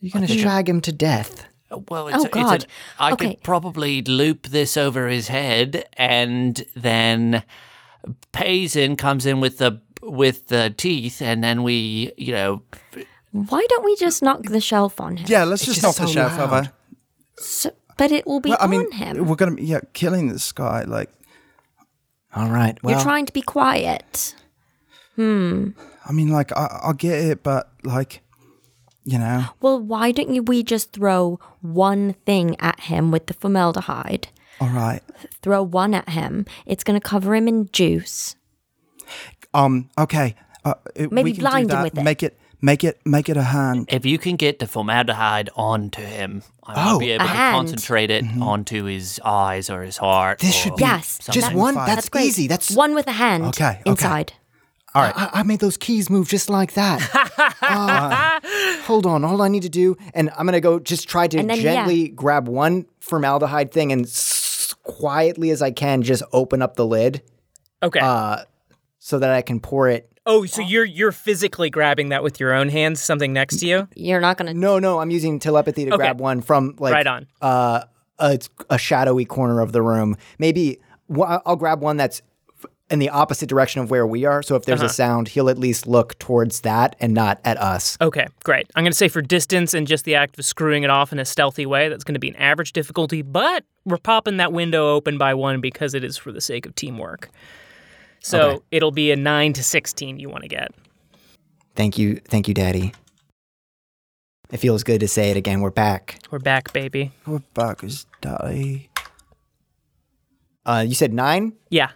S4: You're gonna drag him to death.
S5: Well, it's,
S6: Oh,
S5: it's
S6: God.
S5: an- I
S6: Okay.
S5: could probably loop this over his head, and then Payson comes in with the with the teeth, and then we, you know,
S6: Why don't we just knock the shelf on him?
S2: Yeah, let's
S4: It's
S2: just,
S4: just
S2: knock the
S4: so
S2: shelf
S4: loud.
S2: over.
S6: So- but it will be
S2: Well, I
S6: on
S2: mean,
S6: him.
S2: we're gonna be yeah killing this guy. Like,
S4: All right. Well,
S6: You're trying to be quiet.
S2: I mean, like I, I get it, but like, you know,
S6: Well, why don't you, we just throw one thing at him with the formaldehyde?
S2: all right.
S6: Throw one at him. It's going to cover him in juice.
S2: Um, okay. Uh, it-
S6: Maybe
S2: we can do
S6: blind him
S2: that.
S6: with it.
S2: Make it, make it, make it a hand.
S5: if you can get the formaldehyde onto him, I will
S2: Oh,
S5: be able
S6: a
S5: to
S6: hand.
S5: concentrate it onto his eyes or his heart.
S4: Mm-hmm. This should
S5: or
S4: be-
S6: Yes.
S5: something.
S4: just one.
S2: Fine.
S4: That's,
S6: Great.
S4: easy. That's
S6: one with a hand
S2: Okay, okay.
S6: inside.
S4: All right. I, I made those keys move just like that.
S1: [LAUGHS]
S4: Ah, hold on. All I need to do, and I'm going to go just try to
S6: And then, yeah.
S4: gently grab one formaldehyde thing and s- quietly as I can just open up the lid
S1: Okay.
S4: so that I can pour it.
S1: oh, so you're you're physically grabbing that with your own hands, something next to you?
S6: You're not going to.
S4: No, no, I'm using telepathy to
S1: Okay.
S4: grab one from like
S1: Right on.
S4: Uh, a, a shadowy corner of the room. Maybe wh- I'll grab one that's f- in the opposite direction of where we are. So if there's
S1: Uh-huh.
S4: a sound, he'll at least look towards that and not at us.
S1: Okay, great. I'm going to say for distance and just the act of screwing it off in a stealthy way, that's going to be an average difficulty, but we're popping that window open by one because it is for the sake of teamwork. So it'll be a 9 to 16 you want to get.
S4: Thank you. Thank you, Daddy. It feels good to say it again. We're back.
S1: We're back, baby.
S2: We're back as daddy.
S4: Uh, you said nine.
S1: Yeah,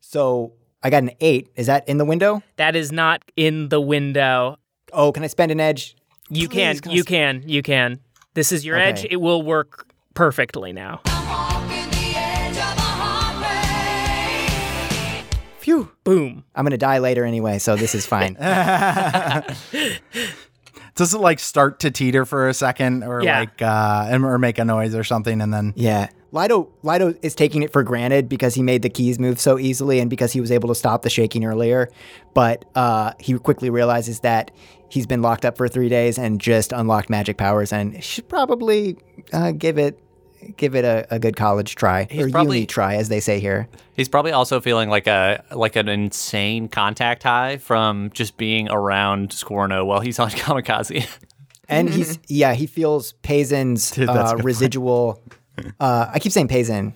S4: So I got an eight. Is that in the window?
S1: that is not in the window.
S4: Oh, can I spend an edge?
S1: You can, you can, you can. This is your edge.
S4: Okay.
S1: It will work perfectly now.
S4: Phew.
S1: Boom.
S4: I'm going to die later anyway, so this is fine.
S2: Does it like start to teeter for a second, or
S1: Yeah.
S2: like, uh, and- or make a noise or something, and then
S4: yeah. Lido, Lido is taking it for granted because he made the keys move so easily and because he was able to stop the shaking earlier. But uh, he quickly realizes that he's been locked up for three days and just unlocked magic powers and should probably uh, give it give it a, a good college try or
S5: probably-
S4: uni try, as they say here.
S5: He's probably also feeling like a like an insane contact high from just being around Scorno while he's on [LAUGHS] Kamikaze.
S4: and he's yeah he feels Payzen's
S2: Dude, that's a
S4: uh,
S2: good point.
S4: residual. Uh, I keep saying Payzen.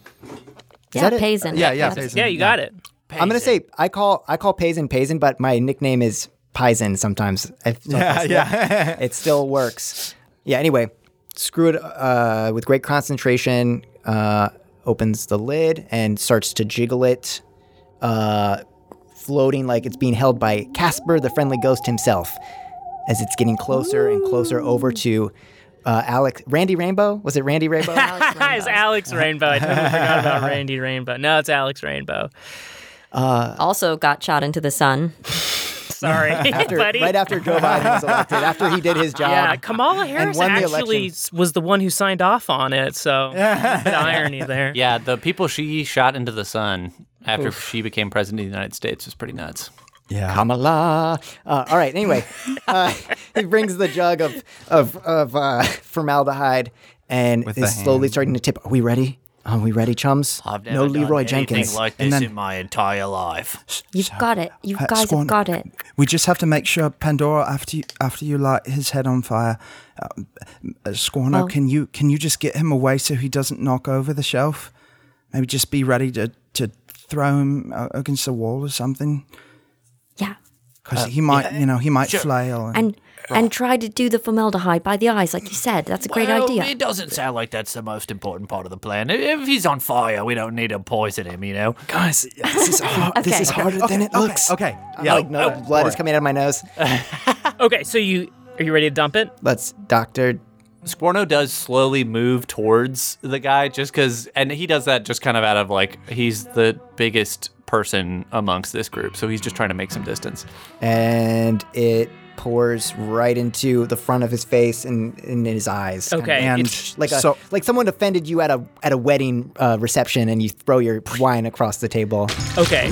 S6: Yeah,
S4: that it?
S6: Payson.
S2: yeah, yeah,
S6: That's-
S2: Payson,
S1: Yeah, you got it. [LAUGHS]
S4: I'm gonna say I call I call Payzen Payzen, but my nickname is Payzen sometimes. I-
S2: yeah, yeah.
S4: [LAUGHS] it still works. Yeah. Anyway, screw it. Uh, with great concentration, uh, opens the lid and starts to jiggle it, uh, floating like it's being held by Casper, the friendly ghost himself, as it's getting closer and closer over to uh, Alex Randy Rainbow. Was it Randy Rainbow?
S1: it's Alex Rainbow. I totally forgot
S4: [LAUGHS]
S1: about Randy Rainbow. No, it's Alex Rainbow.
S6: Also got shot into the sun.
S1: Sorry,
S4: [LAUGHS]
S1: [LAUGHS]
S4: After-
S1: buddy.
S4: right after Joe Biden was elected, after he did his job.
S1: Yeah, Kamala Harris
S4: won the
S1: actually
S4: election.
S1: s- was the one who signed off on it,
S4: [LAUGHS]
S1: so the irony there.
S5: Yeah, the people she shot into the sun after she became president of the United States was pretty nuts.
S4: Kamala. Uh, all
S2: [LAUGHS]
S4: right. Anyway, uh, he brings the jug of of, of uh, formaldehyde and
S2: With the
S4: is slowly
S2: hand.
S4: starting to tip. Are we ready? Are we ready, chums? no Leroy Jenkins.
S5: like this in my entire life.
S6: You've got it. You
S2: Uh,
S6: guys
S2: Swan,
S6: have got it.
S2: We just have to make sure Pandora after you after you light his head on fire. Uh, uh, Squano,
S6: Oh.
S2: can you can you just get him away so he doesn't knock over the shelf? Maybe just be ready to to throw him uh, against the wall or something
S6: Yeah.
S1: Uh,
S2: because he might you know he might flail. And,
S6: And and try to do the formaldehyde by the eyes, like you said. That's a great idea.
S5: It doesn't sound like that's the most important part of the plan. If he's on fire, we don't need to poison him, you know?
S2: guys, this [LAUGHS] is hard.
S6: Okay.
S4: This is harder than it looks.
S2: Okay,
S4: I'm
S2: yeah. Oh,
S4: like, no, blood is coming out of my nose.
S1: Okay, so you are you ready to dump it?
S4: Let's, Doctor,
S5: Squorno does slowly move towards the guy just because, and he does that just kind of out of like, he's the biggest person amongst this group. So he's just trying to make some distance.
S4: and it pours right into the front of his face and, and in his eyes.
S1: Okay.
S2: And
S1: it's-
S4: Like a,
S2: so,
S4: like someone offended you at a at a wedding uh, reception and you throw your wine across the table.
S1: Okay.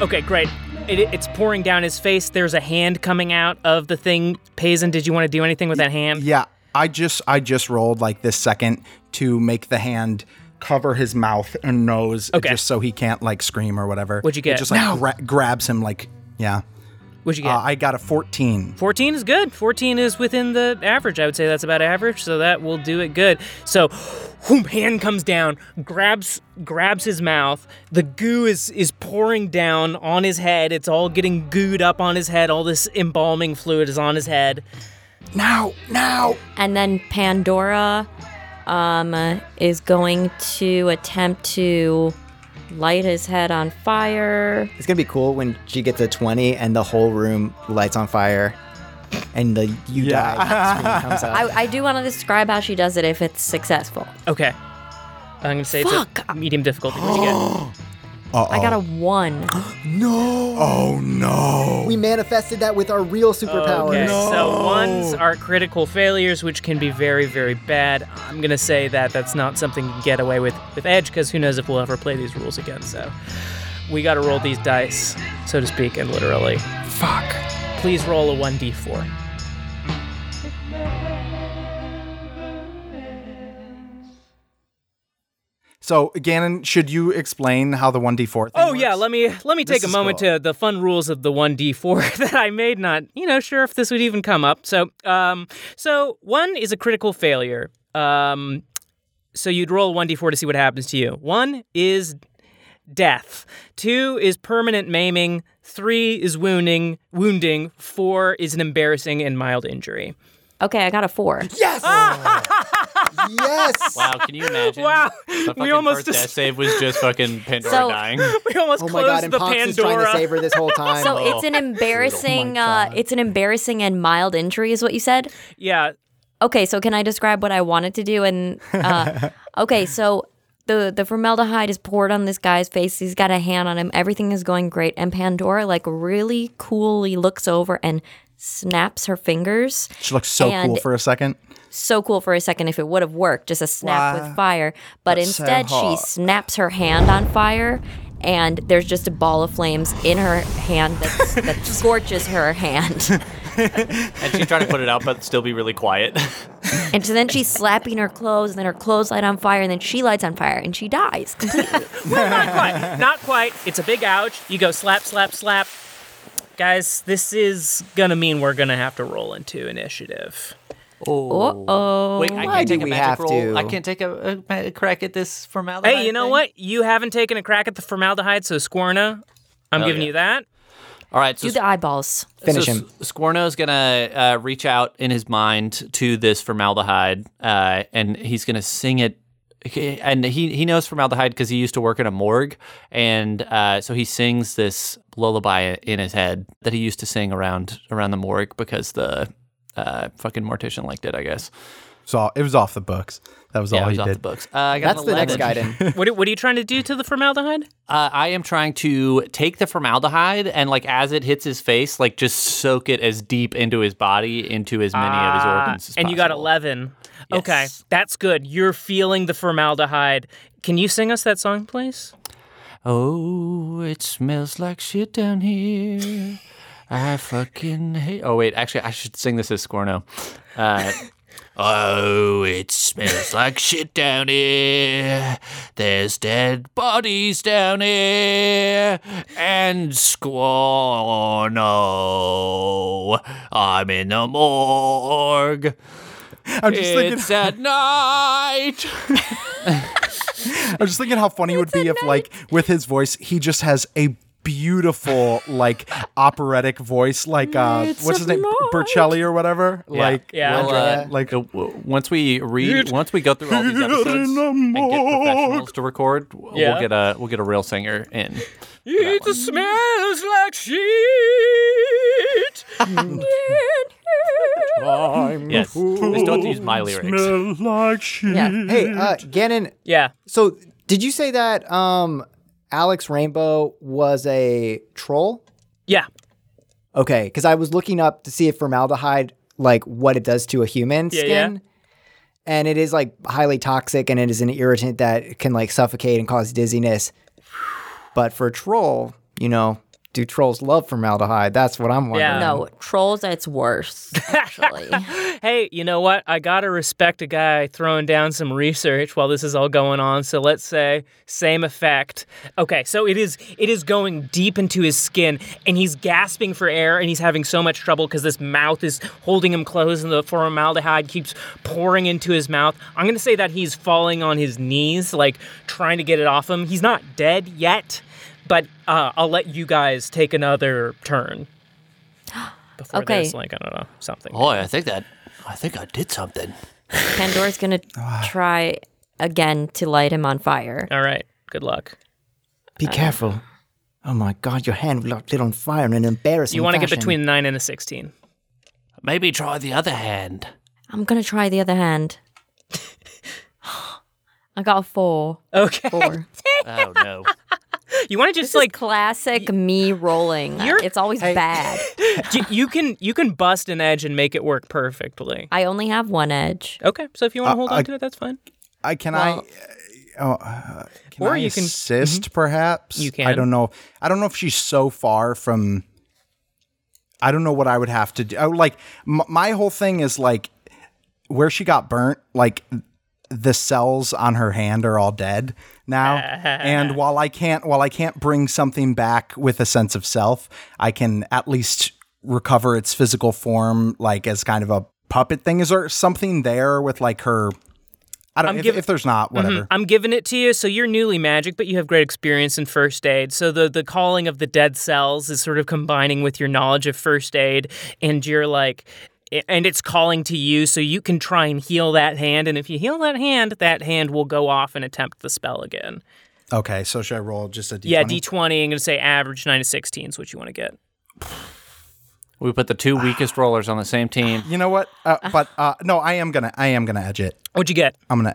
S1: Okay, great. It, it's pouring down his face. There's a hand coming out of the thing. Paisan, did you want to do anything with that hand?
S2: yeah, I just I just rolled like this second to make the hand cover his mouth and nose
S1: Okay.
S2: just so he can't like scream or whatever.
S1: What'd you get?
S2: It just like gra- grabs him like yeah.
S1: What'd you get?
S2: Uh, I got a 14.
S1: 14 is good. 14 is within the average. I would say that's about average, so that will do it good. So, whoom, hand comes down, grabs grabs his mouth. The goo is is pouring down on his head. It's all getting gooed up on his head. All this embalming fluid is on his head.
S2: Now, now.
S6: And then Pandora um, is going to attempt to light his head on fire.
S4: It's gonna be cool when she gets a twenty and the whole room lights on fire, and the you
S2: Yeah.
S4: die screen comes out.
S6: I, I do want to describe how she does it if it's successful.
S1: Okay. I'm going to say it's a
S6: Fuck.
S1: medium difficulty. What'd you get? [GASPS]
S6: I got a one.
S2: Oh no.
S4: we manifested that with our real superpowers.
S1: Okay, so ones are critical failures, which can be very, very bad. I'm gonna say that that's not something you can get away with with Edge, because who knows if we'll ever play these rules again. So we gotta roll these dice, so to speak, and literally. Fuck. Please roll a 1d4.
S2: So, Gannon, should you explain how the 1d4 thing
S1: Oh yeah,
S2: works?
S1: let me let me take a
S2: is
S1: moment
S2: cool.
S1: to the fun rules of the 1d4 [LAUGHS] that I made not, you know, sure if this would even come up. So, um so one is a critical failure. Um so you'd roll 1d4 to see what happens to you. 1 is death. 2 is permanent maiming, 3 is wounding, wounding, 4 is an embarrassing and mild injury. [LAUGHS]
S6: Okay, I got a four.
S4: yes.
S5: Wow, can you imagine?
S1: Wow,
S5: The
S1: we
S5: fucking
S1: almost
S5: first
S1: just-
S5: death save was just fucking Pandora
S6: So-
S5: dying.
S1: We almost
S4: Oh my
S1: closed
S4: god! And
S1: the
S4: Pox is trying
S1: Pandora.
S4: to save her this whole time.
S6: So it's an embarrassing. uh, it's an embarrassing and mild injury, is what you said.
S1: yeah.
S6: Okay, so can I describe what I wanted to do? And
S2: [LAUGHS]
S6: uh, okay, so the the formaldehyde is poured on this guy's face. He's got a hand on him. Everything is going great, and Pandora like really coolly looks over and snaps her fingers.
S2: She looks so cool
S6: and-
S2: for a second.
S6: So cool for a second if it would have worked, just a snap with fire. But
S2: so
S6: instead, she
S2: hot.
S6: snaps her hand on fire. And there's just a ball of flames in her hand
S2: [LAUGHS]
S6: that's, that scorches her hand.
S5: And she tried to put it out, but still be really quiet.
S6: And so then she's slapping her clothes, and then her clothes light on fire, and then she lights on fire, and she dies completely.
S1: not quite. Not quite. It's a big ouch. You go slap, slap, slap. Guys, this is gonna mean we're gonna have to roll into initiative.
S6: Uh oh.
S5: Wait, I
S4: Why
S5: can't
S4: do
S5: take a
S4: we
S5: magic
S4: have
S5: roll.
S4: to?
S5: I can't take a, a, a crack at this formaldehyde.
S1: Hey, you know
S5: thing?
S1: what? You haven't taken a crack at the formaldehyde, so Squirna, I'm
S5: Hell
S1: giving
S5: yeah.
S1: you that.
S5: All right, so
S6: Do the eyeballs.
S4: Finish
S5: so
S4: him.
S5: S- Squorno's gonna uh, reach out in his mind to this formaldehyde, uh, and he's gonna sing it. And he he knows formaldehyde because he used to work in a morgue, and uh, so he sings this lullaby in his head that he used to sing around around the morgue because the uh, fucking mortician liked it, I guess.
S2: So it was off the books. That was
S5: Yeah,
S2: all
S5: it
S2: he
S5: was off
S2: did.
S5: the books. Uh, I got
S4: Oh, That's
S5: an
S4: the next
S5: 11.
S4: guy.
S1: [LAUGHS]
S4: Then
S1: What, are- what are you trying to do to the
S5: [LAUGHS]
S1: formaldehyde?
S5: Uh, I am trying to take the formaldehyde and, like, as it hits his face, like, just soak it as deep into his body, into as many of his
S1: Ah,
S5: organs. As
S1: and you got
S5: possible.
S1: 11. Okay,
S5: Yes.
S1: that's good. You're feeling the formaldehyde. Can you sing us that song, please?
S5: Oh, it smells like shit down here. I fucking hate. Oh wait, actually, I should sing this as Scorno. Uh, [LAUGHS] oh, it smells like shit down here. There's dead bodies down here, and Scorno. I'm in the morgue.
S2: I'm just thinking
S5: It's at night.
S2: I'm just thinking how funny it would be if like with his voice he just has a beautiful, like operatic voice, like uh,
S6: It's
S2: what's
S6: a
S2: his name,
S6: night.
S2: Burcelli or whatever.
S5: Yeah.
S2: [LAUGHS] Like,
S1: Yeah.
S5: Well, uh,
S2: like-
S5: uh, w- once we read, once we go through all these episodes and get professionals to record, w-
S1: Yeah.
S5: we'll get a we'll get a real singer in.
S1: It smells like shit.
S5: Yes, we still have to use my lyrics.
S4: Yeah. Hey, uh, Gannon.
S1: [LAUGHS] yeah.
S4: So, did you say that um, Alex Rainbow was a troll?
S1: Yeah.
S4: Okay, because I was looking up to see if formaldehyde, like what it does to a human
S1: Yeah, yeah.
S4: skin. And it is like highly toxic and it is an irritant that can like suffocate and cause dizziness. But for troll, you know, do trolls love formaldehyde? That's what I'm wondering.
S1: Yeah.
S6: No, trolls, it's worse, actually.
S1: Hey, you know what? I gotta respect a guy throwing down some research while this is all going on. So let's say same effect. Okay, so it is it is going deep into his skin, and he's gasping for air, and he's having so much trouble because this mouth is holding him closed, and the formaldehyde keeps pouring into his mouth. I'm gonna say that he's falling on his knees, like trying to get it off him. He's not dead yet, but uh, I'll let you guys take another turn. [GASPS] Before
S6: Okay.
S1: there's like I don't know something.
S5: Boy, I think that I think I did something.
S6: Pandora's going
S2: Ah.
S6: to try again to light him on fire.
S1: All right. Good luck.
S4: Be careful. Oh my god, your hand lit on fire in an embarrassing
S1: You want to get
S4: fashion.
S1: between a 9 and a 16.
S5: Maybe try the other hand.
S6: I'm going to try the other hand. [GASPS] I got a four.
S1: Okay.
S6: Four.
S5: Oh no.
S1: [LAUGHS] You want to just
S6: It's like
S1: like
S6: classic me rolling.
S1: You're-
S6: It's always bad.
S1: you, you can you can bust an edge and make it work perfectly.
S6: I only have one edge.
S1: Okay. So if you want to hold on
S2: I-
S1: to it, that's fine.
S2: I can
S6: Well-
S2: I. uh, Oh, uh, can
S1: Or
S2: I
S1: you can- mm-hmm.
S2: assist, perhaps.
S1: You
S2: I
S1: can.
S2: don't know. I don't know if she's so far from. I don't know what I would have to do. I would, like m- my whole thing is like where she got burnt. Like the cells on her hand are all dead
S1: [LAUGHS]
S2: now, and while I can't while I can't bring something back with a sense of self, I can at least recover its physical form, like as kind of a puppet thing. Is there something there with like her? I don't.
S1: I'm Mm-hmm.
S2: If,
S1: giv-
S2: if there's not, whatever.
S1: I'm giving it to you. So you're newly magic, but you have great experience in first aid. So the the calling of the dead cells is sort of combining with your knowledge of first aid, and you're like. And it's calling to you, so you can try and heal that hand. And if you heal that hand, that hand will go off and attempt the spell again.
S2: Okay, so should I roll just a d20?
S1: Yeah, D20. I'm going to say average 9 to 16 is what you want to get.
S5: [LAUGHS] We put the two weakest rollers on the same team.
S2: You know what? Uh, but uh, no, I am gonna, I am gonna edge it.
S1: What'd you get?
S2: I'm gonna.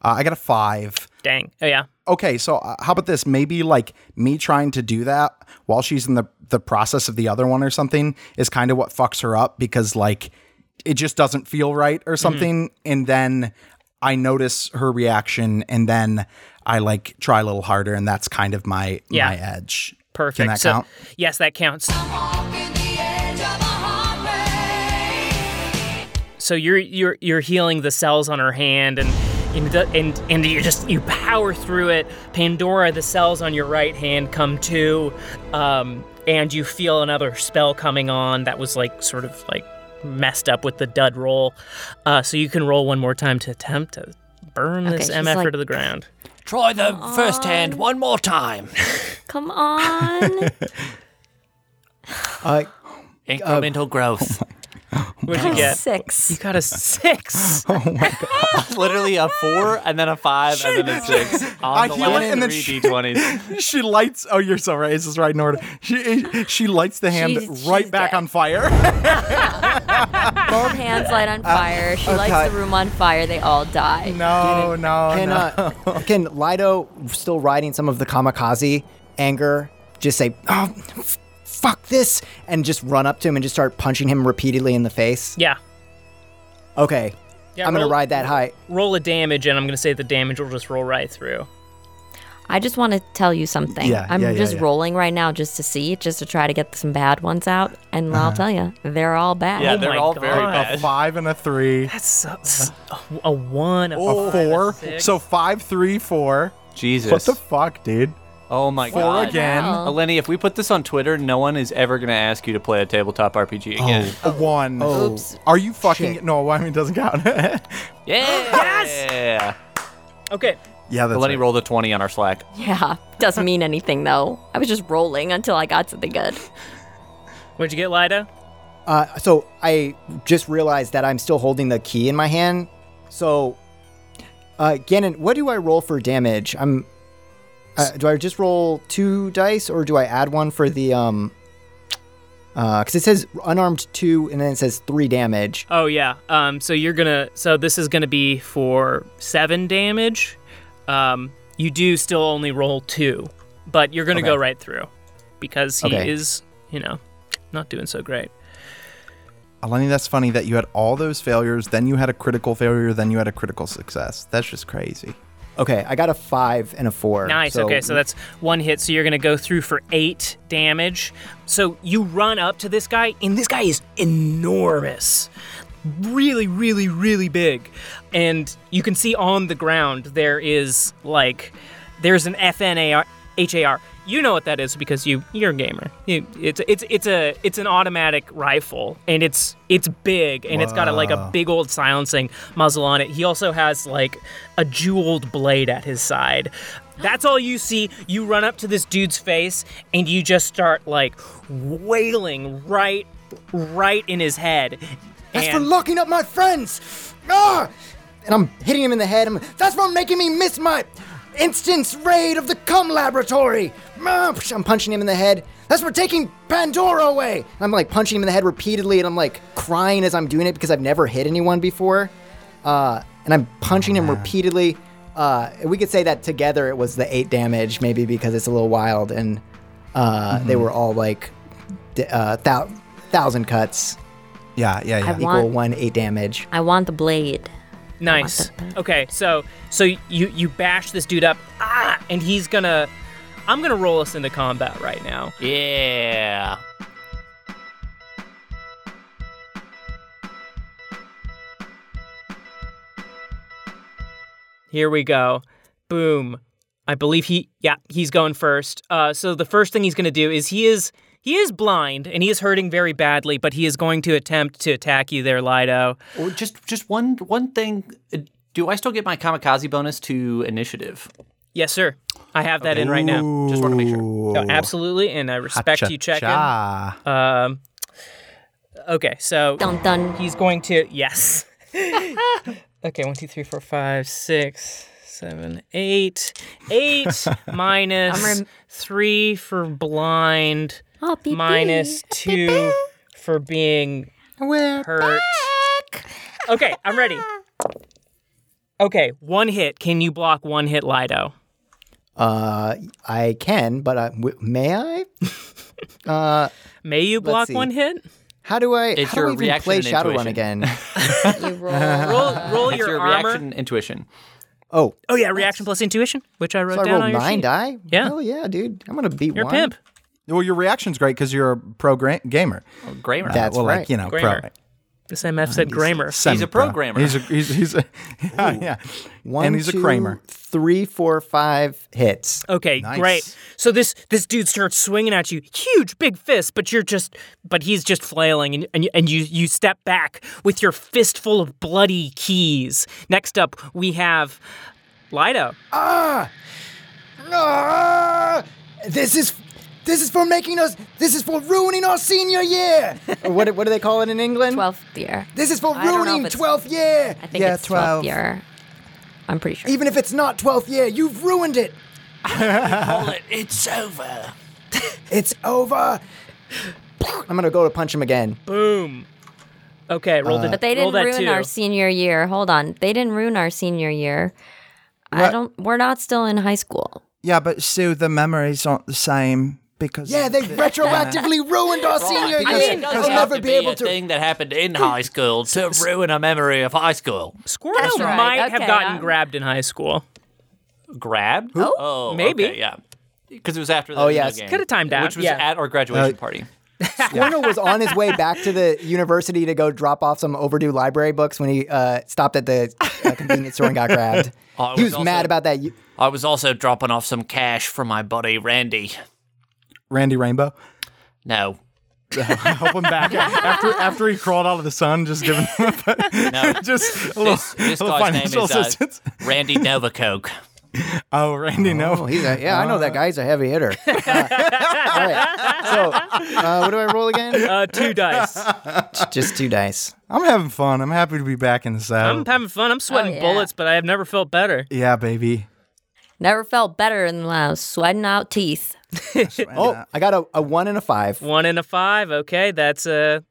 S2: Uh, I got a five.
S1: Dang. Oh, yeah.
S2: Okay, so uh, how about this? Maybe like me trying to do that while she's in the the process of the other one or something is kind of what fucks her up because like it just doesn't feel right or something, and then I notice her reaction, and then I like try a little harder, and that's kind of my
S1: Yeah.
S2: my edge.
S1: Perfect.
S2: Can that
S1: So-
S2: count?
S1: Yes, that counts. So you're you're you're healing the cells on her hand and and the- and, and you just you power through it. Pandora, the cells on your right hand come to, um, and you feel another spell coming on that was like sort of like messed up with the dud roll. Uh, so you can roll one more time to attempt to burn this
S6: she's
S1: MFer
S6: like-
S1: to the ground.
S5: Try the first hand one more time.
S6: Come on.
S4: Uh,
S5: Incremental growth.
S1: What'd
S6: [LAUGHS]
S1: you get? You
S6: Six.
S1: got a
S2: [GASPS]
S1: six.
S5: Literally a four and then a five and then a six. On
S2: I
S5: the
S2: heal it
S5: last
S2: and then
S5: three
S2: she-
S5: D20s.
S2: she lights. Oh, you're so right. Is this right in order? She she lights the hand
S6: She's-
S2: right
S6: she's
S2: back
S6: dead.
S2: on fire. [LAUGHS]
S6: Both hands light on fire. She lights
S2: Uh, okay.
S6: the room on fire. They all die.
S2: No, no,
S4: can,
S2: no.
S1: [LAUGHS]
S4: uh, [LAUGHS] can Lido, still riding some of the kamikaze anger, just say, oh, f- fuck this, and just run up to him and just start punching him repeatedly in the face?
S1: yeah.
S4: Okay,
S1: Yeah,
S4: I'm going to
S1: roll-
S4: ride that high.
S1: roll a damage, and I'm going to say the damage will just roll right through.
S6: I just want to tell you something.
S2: Yeah,
S6: I'm
S2: yeah, yeah,
S6: just
S2: yeah.
S6: rolling right now just to see, just to try to get some bad ones out. And
S2: Uh-huh.
S6: I'll tell you, they're all bad.
S5: Yeah,
S1: Oh
S5: they're
S1: my
S5: all very
S1: God.
S5: bad.
S2: a five and a three,
S1: That's so, s- a- a one. A
S4: Oh,
S2: a four. So five, three, four.
S5: Jesus.
S2: What the fuck, dude?
S5: oh my
S2: Four
S5: god.
S2: again.
S6: Wow.
S5: Eleni, if we put this on Twitter, no one is ever going to ask you to play a tabletop RPG
S4: Oh.
S5: [GASPS] again.
S2: A one. Are you [LAUGHS] fucking? No, I mean it doesn't count.
S5: Yeah. yes.
S1: Okay,
S2: Yeah, that's
S5: But Lenny
S2: right.
S5: rolled a 20 on our Slack.
S6: [LAUGHS] Yeah, doesn't mean anything though. I was just rolling until I got something good.
S1: What'd you get, Lida?
S4: Uh, so I just realized that I'm still holding the key in my hand. So, uh, Gannon, what do I roll for damage? I'm. Uh, do I just roll two dice, or do I add one for the um? Because it says unarmed two, and then it says three damage.
S1: Oh yeah. Um, so you're gonna. So this is gonna be for seven damage. Um, you do still only roll two, but you're gonna go right through because he
S4: Okay.
S1: is, you know, not doing so great.
S2: Lenny, that's funny that you had all those failures, then you had a critical failure, then you had a critical success. That's just crazy.
S4: Okay, I got a five and a four.
S1: Nice. okay, so that's one hit. So you're going to go through for eight damage. So you run up to this guy, and this guy is enormous. Really, really, really big. And you can see on the ground there is like, there's an FNAR, HAR. You know what that is because you you're a gamer. You, it's it's it's a it's an automatic rifle and it's it's big and it's got a, like a big old silencing muzzle on it. He also has like a jeweled blade at his side. That's all you see. You run up to this dude's face and you just start like wailing right right in his head.
S4: That's for
S1: And-
S4: locking up my friends. Ah! And I'm hitting him in the head. I'm, That's for making me miss my instance raid of the cum laboratory. Ah, psh, I'm punching him in the head. That's for taking Pandora away. And I'm like punching him in the head repeatedly, and I'm like crying as I'm doing it because I've never hit anyone before. Uh, and I'm punching him repeatedly. Uh, we could say that together it was the eight damage, maybe because it's a little wild, and uh, they were all like d- uh, thou- thousand cuts
S2: Yeah, yeah, yeah.
S6: I
S4: equal
S6: want,
S4: one eight damage.
S6: I want the blade.
S1: Nice. Okay, so so you you bash this dude up, ah, and he's gonna. I'm gonna roll us into combat right now.
S5: Yeah.
S1: Here we go. Boom. I believe he. Yeah, he's going first. Uh, so the first thing he's gonna do is he is he is blind and he is hurting very badly, but he is going to attempt to attack you there, Lido.
S5: Or Oh, just just one one thing. Uh, Do I still get my kamikaze bonus to initiative?
S1: Yes, sir. I have that in right now.
S5: Just want to make sure.
S1: No, absolutely, and I respect you checking.
S2: Cha-cha.
S1: Um, okay, so
S6: Dun dun.
S1: He's going to yes. [LAUGHS] okay, one, two, three, four, five, six, seven, eight. Eight minus
S6: I'm rem-
S1: three for blind.
S6: Oh, beep,
S1: minus
S6: beep.
S1: two for being hurt. Okay, I'm ready. Okay, one hit. Can you block one hit, Lido?
S4: Uh, I can, but I, w- may I? uh,
S1: May you block
S4: see.
S1: one
S4: [LAUGHS]
S1: hit?
S4: how do I?
S5: It's
S4: how
S5: your
S4: do I even
S5: reaction
S4: play
S5: and
S4: Shadowrun
S5: intuition.
S4: again?
S5: [LAUGHS]
S6: You roll.
S1: Roll, roll
S5: That's
S1: your,
S5: your,
S1: armor.
S5: reaction intuition.
S4: Oh,
S1: Oh yeah, reaction plus intuition, which I wrote
S4: so I
S1: down
S4: rolled
S1: on your
S4: nine
S1: sheet.
S4: die.
S1: Yeah.
S4: Hell yeah, dude! I'm gonna beat
S1: You're a
S4: one.
S1: pimp.
S2: Well, your reaction's great because you're a pro gra- gamer.
S5: Grammar.
S4: That's
S2: well,
S4: right.
S2: like you know,
S1: Gramer.
S2: pro.
S1: This MF said Grammar.
S5: He's a
S2: semi-pro.
S5: programmer.
S2: He's a he's, he's a [LAUGHS] yeah, yeah.
S4: One,
S2: and he's
S4: two,
S2: a Kramer.
S4: Three, four, five hits.
S1: Okay,
S2: Nice.
S1: great. So this this dude starts swinging at you, huge big fist, but you're just, but he's just flailing, and and, and you you step back with your fistful of bloody keys. Next up, we have Lido.
S4: Ah! This is this is for making us. This is for ruining our senior year. Or [LAUGHS] what what do they call it in England?
S6: 12th year.
S4: This is for
S6: I don't know if
S4: ruining
S6: it's-
S4: twelfth year.
S6: I think it's 12th year. I'm pretty sure.
S4: Even if it's not twelfth year, you've ruined it.
S5: it's over.
S4: It's over. I'm gonna go to punch him again.
S1: Boom. Okay, roll the.
S6: But they
S1: roll
S6: didn't
S1: that
S6: ruin
S1: too.
S6: our senior year. Hold on. They didn't ruin our senior year. I
S2: What?
S6: don't we're not still in high school.
S2: Yeah, but Sue, the memories aren't the same because [LAUGHS]
S4: Yeah, they retroactively ruined our senior year. I'll never be able to.
S5: thing that happened in high
S4: [LAUGHS]
S5: school to ruin a memory of high school.
S1: Squirtle
S6: right,
S1: might have
S6: okay,
S1: gotten
S6: I'm-
S1: grabbed in high school.
S5: Grabbed? Oh, oh
S1: Maybe.
S5: okay, yeah. Because it was after the
S4: Oh,
S5: video
S4: yes. Uh,
S5: game,
S1: Coulda timed out,
S5: which was
S1: yeah.
S5: at our graduation party.
S4: [LAUGHS] Werner was on his way back to the university to go drop off some overdue library books when he uh, stopped at the uh, convenience store and got [LAUGHS] grabbed.
S5: Oh, it
S4: he
S5: was
S4: was
S5: also-
S4: mad about that. You-
S5: I was also dropping off some cash for my buddy Randy.
S2: Randy Rainbow.
S5: No,
S2: Help him back after after he crawled out of the sun, just giving him
S5: no,
S2: just a [LAUGHS]
S5: [LAUGHS] [LAUGHS] this, this
S2: little
S5: guy's name
S2: financial
S5: is uh,
S2: assistance. [LAUGHS]
S5: Randy Novakoke.
S2: Oh, Randy,
S4: Oh,
S2: no.
S4: he's a, yeah, I know that guy. He's a heavy [LAUGHS] hitter. Uh, all right. So, uh, what do I roll again?
S1: Uh,
S6: [LAUGHS]
S1: two dice.
S4: [LAUGHS] Just two dice.
S2: I'm having fun. I'm happy to be back in the saddle.
S1: I'm having fun. I'm sweating
S6: Oh, yeah.
S1: bullets, but I have never felt better.
S2: yeah, baby.
S6: Never felt better than when I was sweating out teeth.
S4: Oh, I got a, a one and a five.
S1: One and a five. Okay, that's a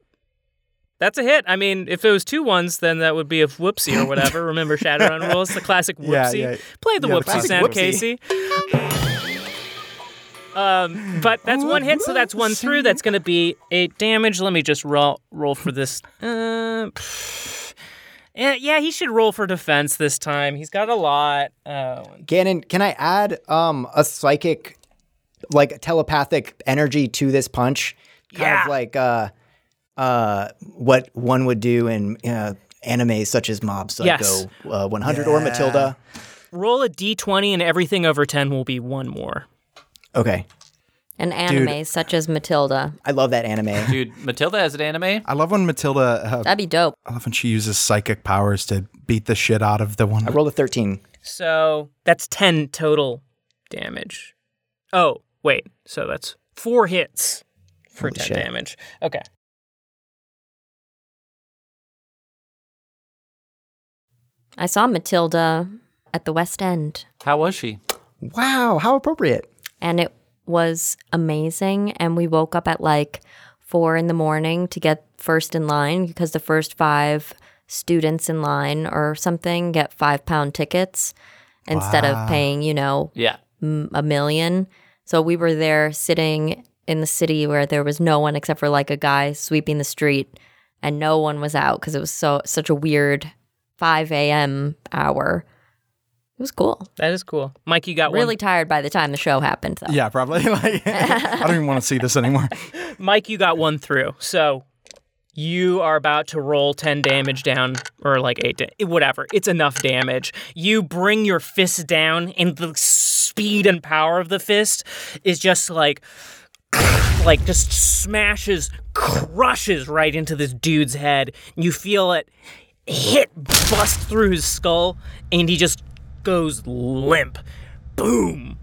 S1: that's a hit. I mean, if it was two ones, then that would be a whoopsie or whatever. Remember
S2: [LAUGHS]
S1: Shadowrun rules, the classic
S2: Yeah,
S1: whoopsie.
S2: yeah.
S1: Play the
S2: Yeah, the
S1: whoopsie
S2: classic
S1: sound,
S2: whoopsie.
S1: Casey. Um, but that's one hit, so that's one through. That's going to be eight damage. Let me just roll roll for this. Uh, yeah, yeah, he should roll for defense this time. He's got a lot. Uh,
S4: Gannon, can I add um, a psychic, like telepathic energy to this punch? Kind
S1: Yeah.
S4: of like uh, uh, what one would do in uh, anime such as Mob Psycho
S1: Yes.
S4: uh, 100 or Matilda.
S1: roll a d20, and everything over 10 will be one more.
S4: Okay.
S6: An anime such as Matilda.
S4: I love that anime.
S5: Dude, Matilda has an anime.
S2: I love when Matilda, uh,
S6: That'd be dope.
S2: I love when she uses psychic powers to beat the shit out of the one.
S4: I rolled a 13.
S1: So that's 10 total damage. Oh, wait. So that's four hits for 10
S4: shit.
S1: damage. Okay.
S6: I saw Matilda at the West End,
S5: How was she?
S4: Wow, how appropriate. [LAUGHS]
S6: and it was amazing. And we woke up at like four in the morning to get first in line because the first five students in line or something get five pound tickets instead of paying, you know,
S5: Yeah.
S6: m- a million. So we were there sitting in the city where there was no one except for like a guy sweeping the street, and no one was out because it was so such a weird 5 a.m. hour. It was cool.
S1: That is cool. Mike, you got
S6: Really tired by the time the show happened, though.
S2: Yeah, probably. [LAUGHS] Like, I don't even want to see this [LAUGHS] anymore.
S1: one. Mike, you got one through. So you are about to roll 10 damage down or like 8 da- whatever. It's enough damage. You bring your fist down and the speed and power of the fist is just like [CLEARS THROAT] like just smashes, crushes right into this dude's head. You feel it hit, bust through his skull, and he just goes limp. Boom.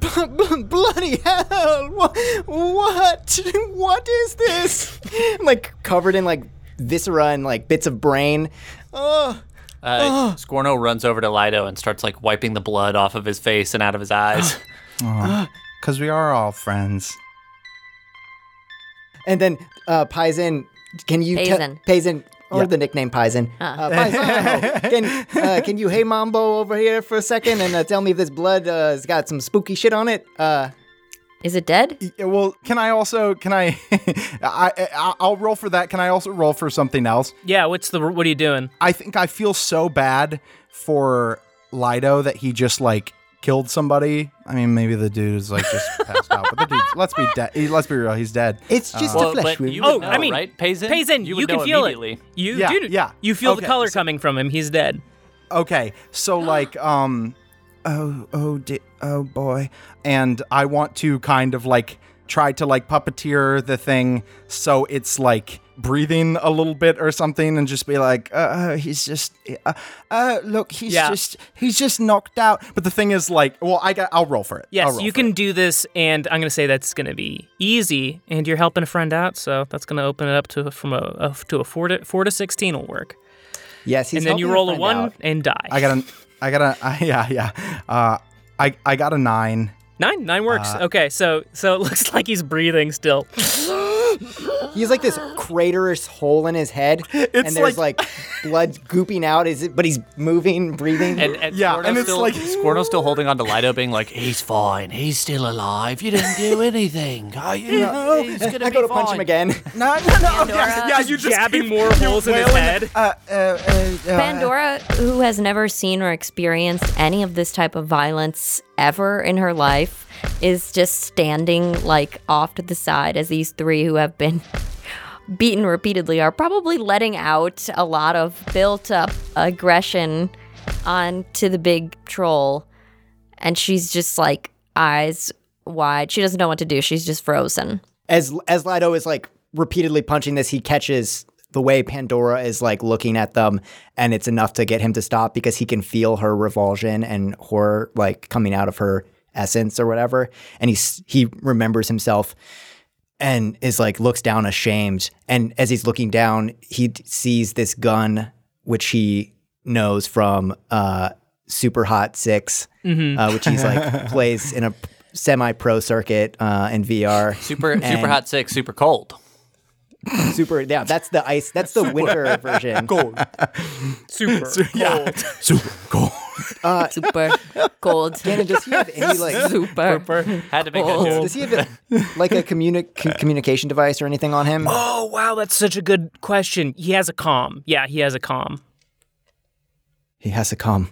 S4: Bloody hell! What? What, [LAUGHS] what is this? [LAUGHS] I'm like covered in like viscera and like bits of brain. Oh,
S5: Uh, Scorno runs over to Lido and starts like wiping the blood off of his face and out of
S1: [GASPS]
S5: his eyes.
S2: Because we are all friends.
S4: and then uh, Paizen, can you te-
S6: Paizen.
S4: Paizen or the nickname Paizen? Uh, Paisano, [LAUGHS] can uh, can you hey Mambo over here for a second and uh, tell me if this blood uh, has got some spooky shit on it? Uh,
S6: Is it dead?
S2: Yeah, well, can I also? Can I? [LAUGHS] I, I I'll roll for that. Can I also roll for something else?
S1: Yeah, what's the what are you doing?
S2: I think I feel so bad for Lido that he just like killed somebody. I mean, maybe the dude is like just
S1: [LAUGHS]
S2: passed out, but the dude. Let's be dead. Let's be real. He's dead.
S4: it's just a
S5: Well,
S4: flesh
S5: but
S4: wound.
S5: you
S1: Oh,
S5: would know,
S1: I mean,
S5: right? Pays in.
S1: Paizen,
S5: you,
S1: you,
S5: would
S1: can
S5: know
S1: feel
S5: immediately.
S1: it. You
S2: Yeah,
S1: do.
S2: yeah.
S1: You feel the
S2: Okay,
S1: color coming from him. He's dead.
S2: Okay,
S1: [GASPS]
S2: so like, um, oh, oh, di- oh boy, and I want to kind of like try to like puppeteer the thing so it's like breathing a little bit or something, and just be like, uh, uh he's just, uh, uh, look, he's
S1: Yeah.
S2: just, he's just knocked out. But the thing is, like, well, I got, I'll roll for it. I'll
S1: Yes,
S2: roll
S1: you
S2: for
S1: can
S2: it.
S1: do this, and I'm gonna say that's gonna be easy. And you're helping a friend out, so that's gonna open it up to from a, a to a four to four to sixteen will work.
S4: yes, he's
S1: and then you
S4: helping
S1: roll a
S4: find
S1: one
S4: out.
S1: and die.
S2: I got an, I got a, [LAUGHS] I- yeah, yeah, uh, I, I got a nine.
S1: nine. Nine works.
S2: uh,
S1: okay, so so it [LAUGHS] looks like he's breathing still.
S4: He has like this craterous hole in his head, and there's like, blood gooping out. Is it? But he's moving, breathing.
S5: And, and
S2: Yeah,
S5: Scorno's
S2: and it's
S5: still,
S2: like-
S5: Scorno's still holding on to Lido, being like, "He's fine. He's still alive. You didn't do anything. Are you? He's gonna
S4: I
S5: be
S4: go to punch him
S5: fine."
S4: again.
S2: No, no, no. okay. Yeah, you just
S1: Jabbing
S2: keep-
S1: more
S2: you're
S1: holes in his
S2: wailing-
S1: head.
S2: Uh, uh, uh, uh,
S6: Pandora, who has never seen or experienced any of this type of violence ever in her life, is just standing like off to the side as these three who have been [LAUGHS] beaten repeatedly are probably letting out a lot of built up aggression onto the big troll. And she's just like eyes wide. She doesn't know what to do. She's just frozen.
S4: as as Lido is like repeatedly punching this, he catches the the way Pandora is like looking at them, and it's enough to get him to stop because he can feel her revulsion and horror like coming out of her essence or whatever, and he's he remembers himself and is like looks down ashamed and as he's looking down he d- sees this gun which he knows from uh super hot 6 uh, which he's like plays in a semi pro circuit uh in vr
S5: Super super hot six, super cold.
S4: super yeah that's the ice that's the winter [LAUGHS] version
S1: [LAUGHS]
S2: [LAUGHS]
S1: Super.
S2: Yeah. Super cool.
S6: Super cold.
S4: Gannon, does he have any [LAUGHS] like
S6: Super.
S5: Had to make that joke.
S4: does he have like a communi- c- communication device or anything on him
S1: Oh wow, that's such a good question. He has a calm. Yeah, he has a calm.
S4: [GASPS] He has to come.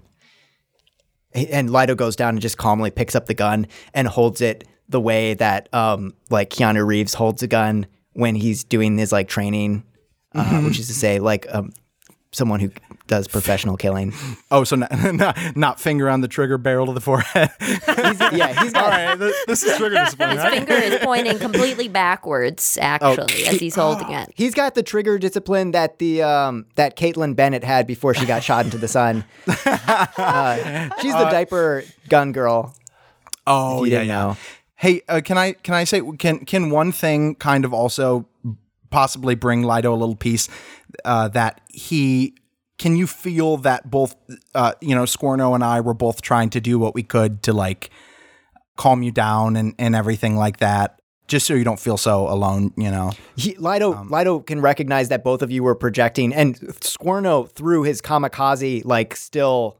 S4: He- And Lido goes down and just calmly picks up the gun and holds it the way that um, like Keanu Reeves holds a gun when he's doing his like training, uh, which is to say like um, someone who does professional killing.
S2: Oh, so not, [LAUGHS] not, not finger on the trigger, barrel to the [LAUGHS] forehead.
S4: [LAUGHS] yeah, he's got.
S2: All right, this, this is trigger discipline,
S6: His
S2: right?
S6: finger is
S2: [LAUGHS]
S6: pointing completely backwards, actually, as he's holding it.
S4: He's got the trigger discipline that the um, that Caitlyn Bennett had before she got shot into the sun.
S2: [LAUGHS]
S4: Uh, she's the diaper gun girl.
S2: Oh,
S4: You
S2: yeah,
S4: didn't
S2: yeah.
S4: know.
S2: Hey, uh, can I can I say can can one thing kind of also possibly bring Lido a little peace uh, that he can you feel that both uh, you know Scorno and I were both trying to do what we could to like calm you down and and everything like that just so you don't feel so alone you know
S4: He, Lido
S2: Um,
S4: Lido can recognize that both of you were projecting, and Scorno through his kamikaze, like still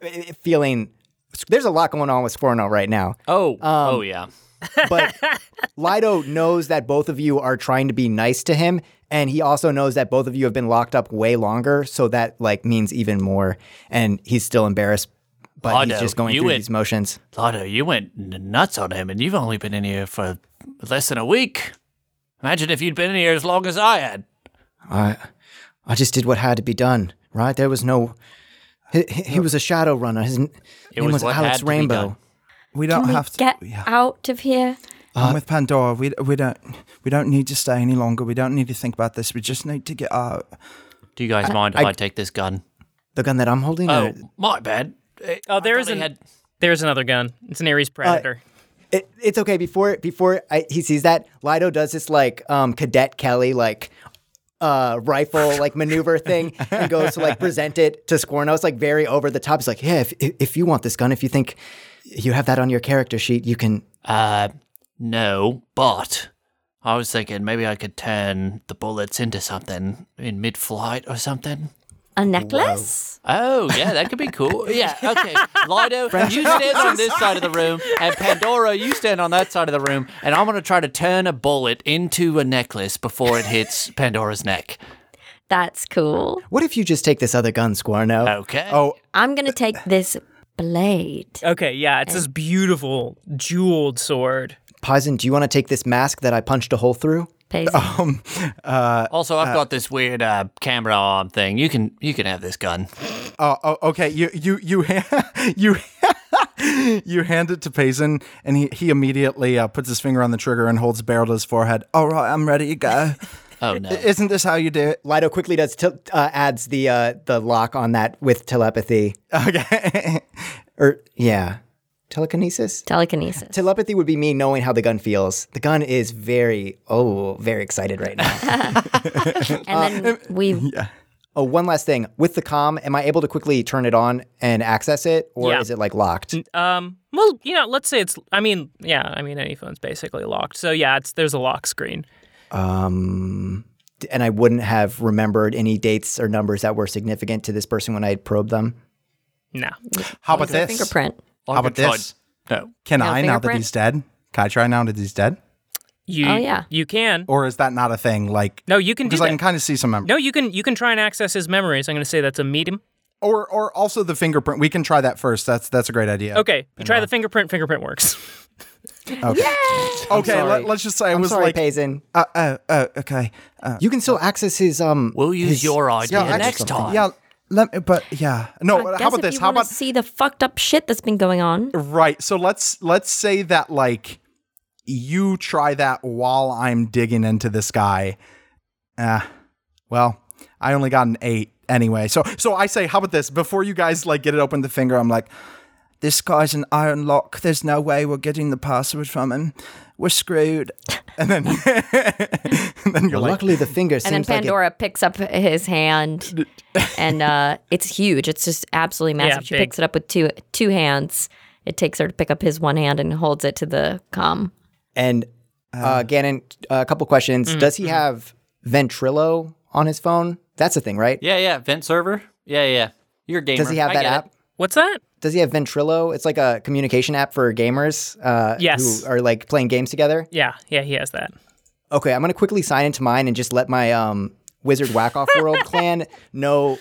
S4: eh, feeling. There's a lot going on with Scorno right now,
S5: Oh,
S1: Um,
S5: oh yeah. [LAUGHS]
S4: but Lido knows that both of you are trying to be nice to him, and he also knows that both of you have been locked up way longer, so that like means even more, and he's still embarrassed, but he's
S5: Lido,
S4: just going
S5: you
S4: through
S5: would-
S4: these motions.
S5: Lotto, you went n- nuts on him, and you've only been in here for less than a week. Imagine if you'd been in here as long as I had.
S4: I, I just did what had to be done. Right? There was no. He, he- he was a shadow runner. His n-
S5: It
S4: name
S5: was
S4: was,
S5: what had
S4: Alex
S5: to be done.
S4: Rainbow.
S2: we don't
S6: Can we
S2: have to
S6: get
S2: yeah.
S6: out of here?
S2: I'm with Pandora we, we don't we don't need to stay any longer we don't need to think about this we just need to get uh, out
S5: Do you guys mind if I, take this gun?
S4: The gun that I'm holding.
S5: Oh,
S4: uh,
S5: my bad. Eh,
S1: Oh,
S5: I
S1: there
S5: thought
S1: is
S5: he
S1: an-
S5: had-
S1: There's another gun. It's an
S2: Uh,
S1: Ares Predator.
S4: it, it's okay. Before before I, he sees that, Lido does this like um, cadet Kelly like uh, rifle like maneuver thing and goes to like present it to Scorno. It's like very over the top. He's like, yeah, if if if you want this gun, if you think you have that on your character sheet, you can.
S5: Uh, no, but I was thinking maybe I could turn the bullets into something in mid flight or something.
S2: [GASPS]
S6: A necklace?
S5: Oh, yeah, that could be cool. yeah, okay. Lido, you stand on this side of the room, and Pandora, you stand on that side of the room, and I'm going to try to turn a bullet into a necklace before it hits Pandora's neck.
S6: That's cool.
S4: What if you just take this other gun, Scorno?
S5: Okay.
S2: oh
S6: I'm going to
S2: [LAUGHS]
S6: take this blade.
S1: Okay, yeah, it's this beautiful jeweled sword.
S4: Pison, do you want to take this mask that I punched a hole through?
S6: Paisley.
S2: Oh.
S5: Also, I've got this weird uh, camera arm thing. You can you can have this gun.
S2: Oh, oh, okay. You you you [LAUGHS] ha- you you hand it to Payson, and he he immediately uh, puts his finger on the trigger and holds the barrel to his forehead. All right, I'm ready to go.
S5: Oh no.
S2: Isn't this how you do it? [LAUGHS]
S4: Lido quickly does tel- uh, adds the uh, the lock on that with telepathy.
S2: Okay.
S4: Or yeah, telekinesis.
S6: Telekinesis.
S4: Telepathy would be me knowing how the gun feels. The gun is very oh very excited right now.
S2: uh,
S6: and then
S2: um,
S6: we.
S4: oh, one last thing with the com, am I able to quickly turn it on and access it, or
S1: Yeah.
S4: is it like locked?
S1: Um, well, you know, let's say it's. I mean, yeah, I mean, any phone's basically locked. So yeah, it's there's a lock screen.
S4: Um, and I wouldn't have remembered any dates or numbers that were significant to this person when I probed them.
S1: No,
S2: How about
S6: Is there a
S2: this?
S6: Fingerprint.
S2: How about this?
S5: No.
S2: Can I now that
S6: fingerprint?
S2: he's dead? Can I try now that he's dead?
S1: you.
S6: Oh, yeah.
S1: you can.
S2: Or is that not a thing? Like
S1: No, you can do
S2: because I
S1: that.
S2: can kind of see some. Mem-
S1: no, you can. You can try and access his memories. I'm going to say that's a medium.
S2: Or or also the fingerprint. We can try that first. That's that's a great idea.
S1: Okay, you try the fingerprint. Fingerprint works.
S2: Okay.
S4: sorry.
S2: Let, us just say I
S4: I'm
S2: was
S4: sorry,
S2: like.
S4: Paisin.
S2: Uh, oh, oh, okay. Uh,
S4: You can still access his um.
S5: We'll use
S4: his-
S5: your idea
S2: I-
S5: next time.
S2: yeah. Let me, but yeah. No.
S6: I
S2: Oh, how
S6: guess
S2: about
S6: if
S2: this?
S6: you
S2: How
S6: wanna
S2: about
S6: see the fucked up shit that's been going on?
S2: Right. So let's let's say that like you try that while I'm digging into this guy. Uh, Well, I only got an eight anyway. So so I say, how about this? Before you guys like get it open the finger, I'm like, this guy's an iron lock. There's no way we're getting the password from him. We're screwed. [LAUGHS] And then, and then you're like,
S4: Luckily, the finger
S6: And then
S4: seems like it-
S6: Pandora picks up his
S2: [LAUGHS]
S6: hand, and uh, it's huge. It's just absolutely massive. she
S1: big.
S6: picks it up with two two hands. It takes her to pick up his one hand and holds it to the com.
S4: And uh, Gannon, a couple questions. Does he have Ventrilo on his phone? That's a thing, right?
S5: Yeah, yeah. Vent server. Yeah, yeah. You're a gamer.
S4: Does he have
S5: I
S4: that
S5: get it.
S4: app?
S1: What's that?
S4: Does he have Ventrilo? It's like a communication app for gamers uh,
S1: Yes.
S4: who are like playing games together.
S1: Yeah, yeah, he has that.
S4: Okay, I'm gonna quickly sign into mine and just let my um, Wizard
S1: [LAUGHS]
S4: Whack Off World clan know.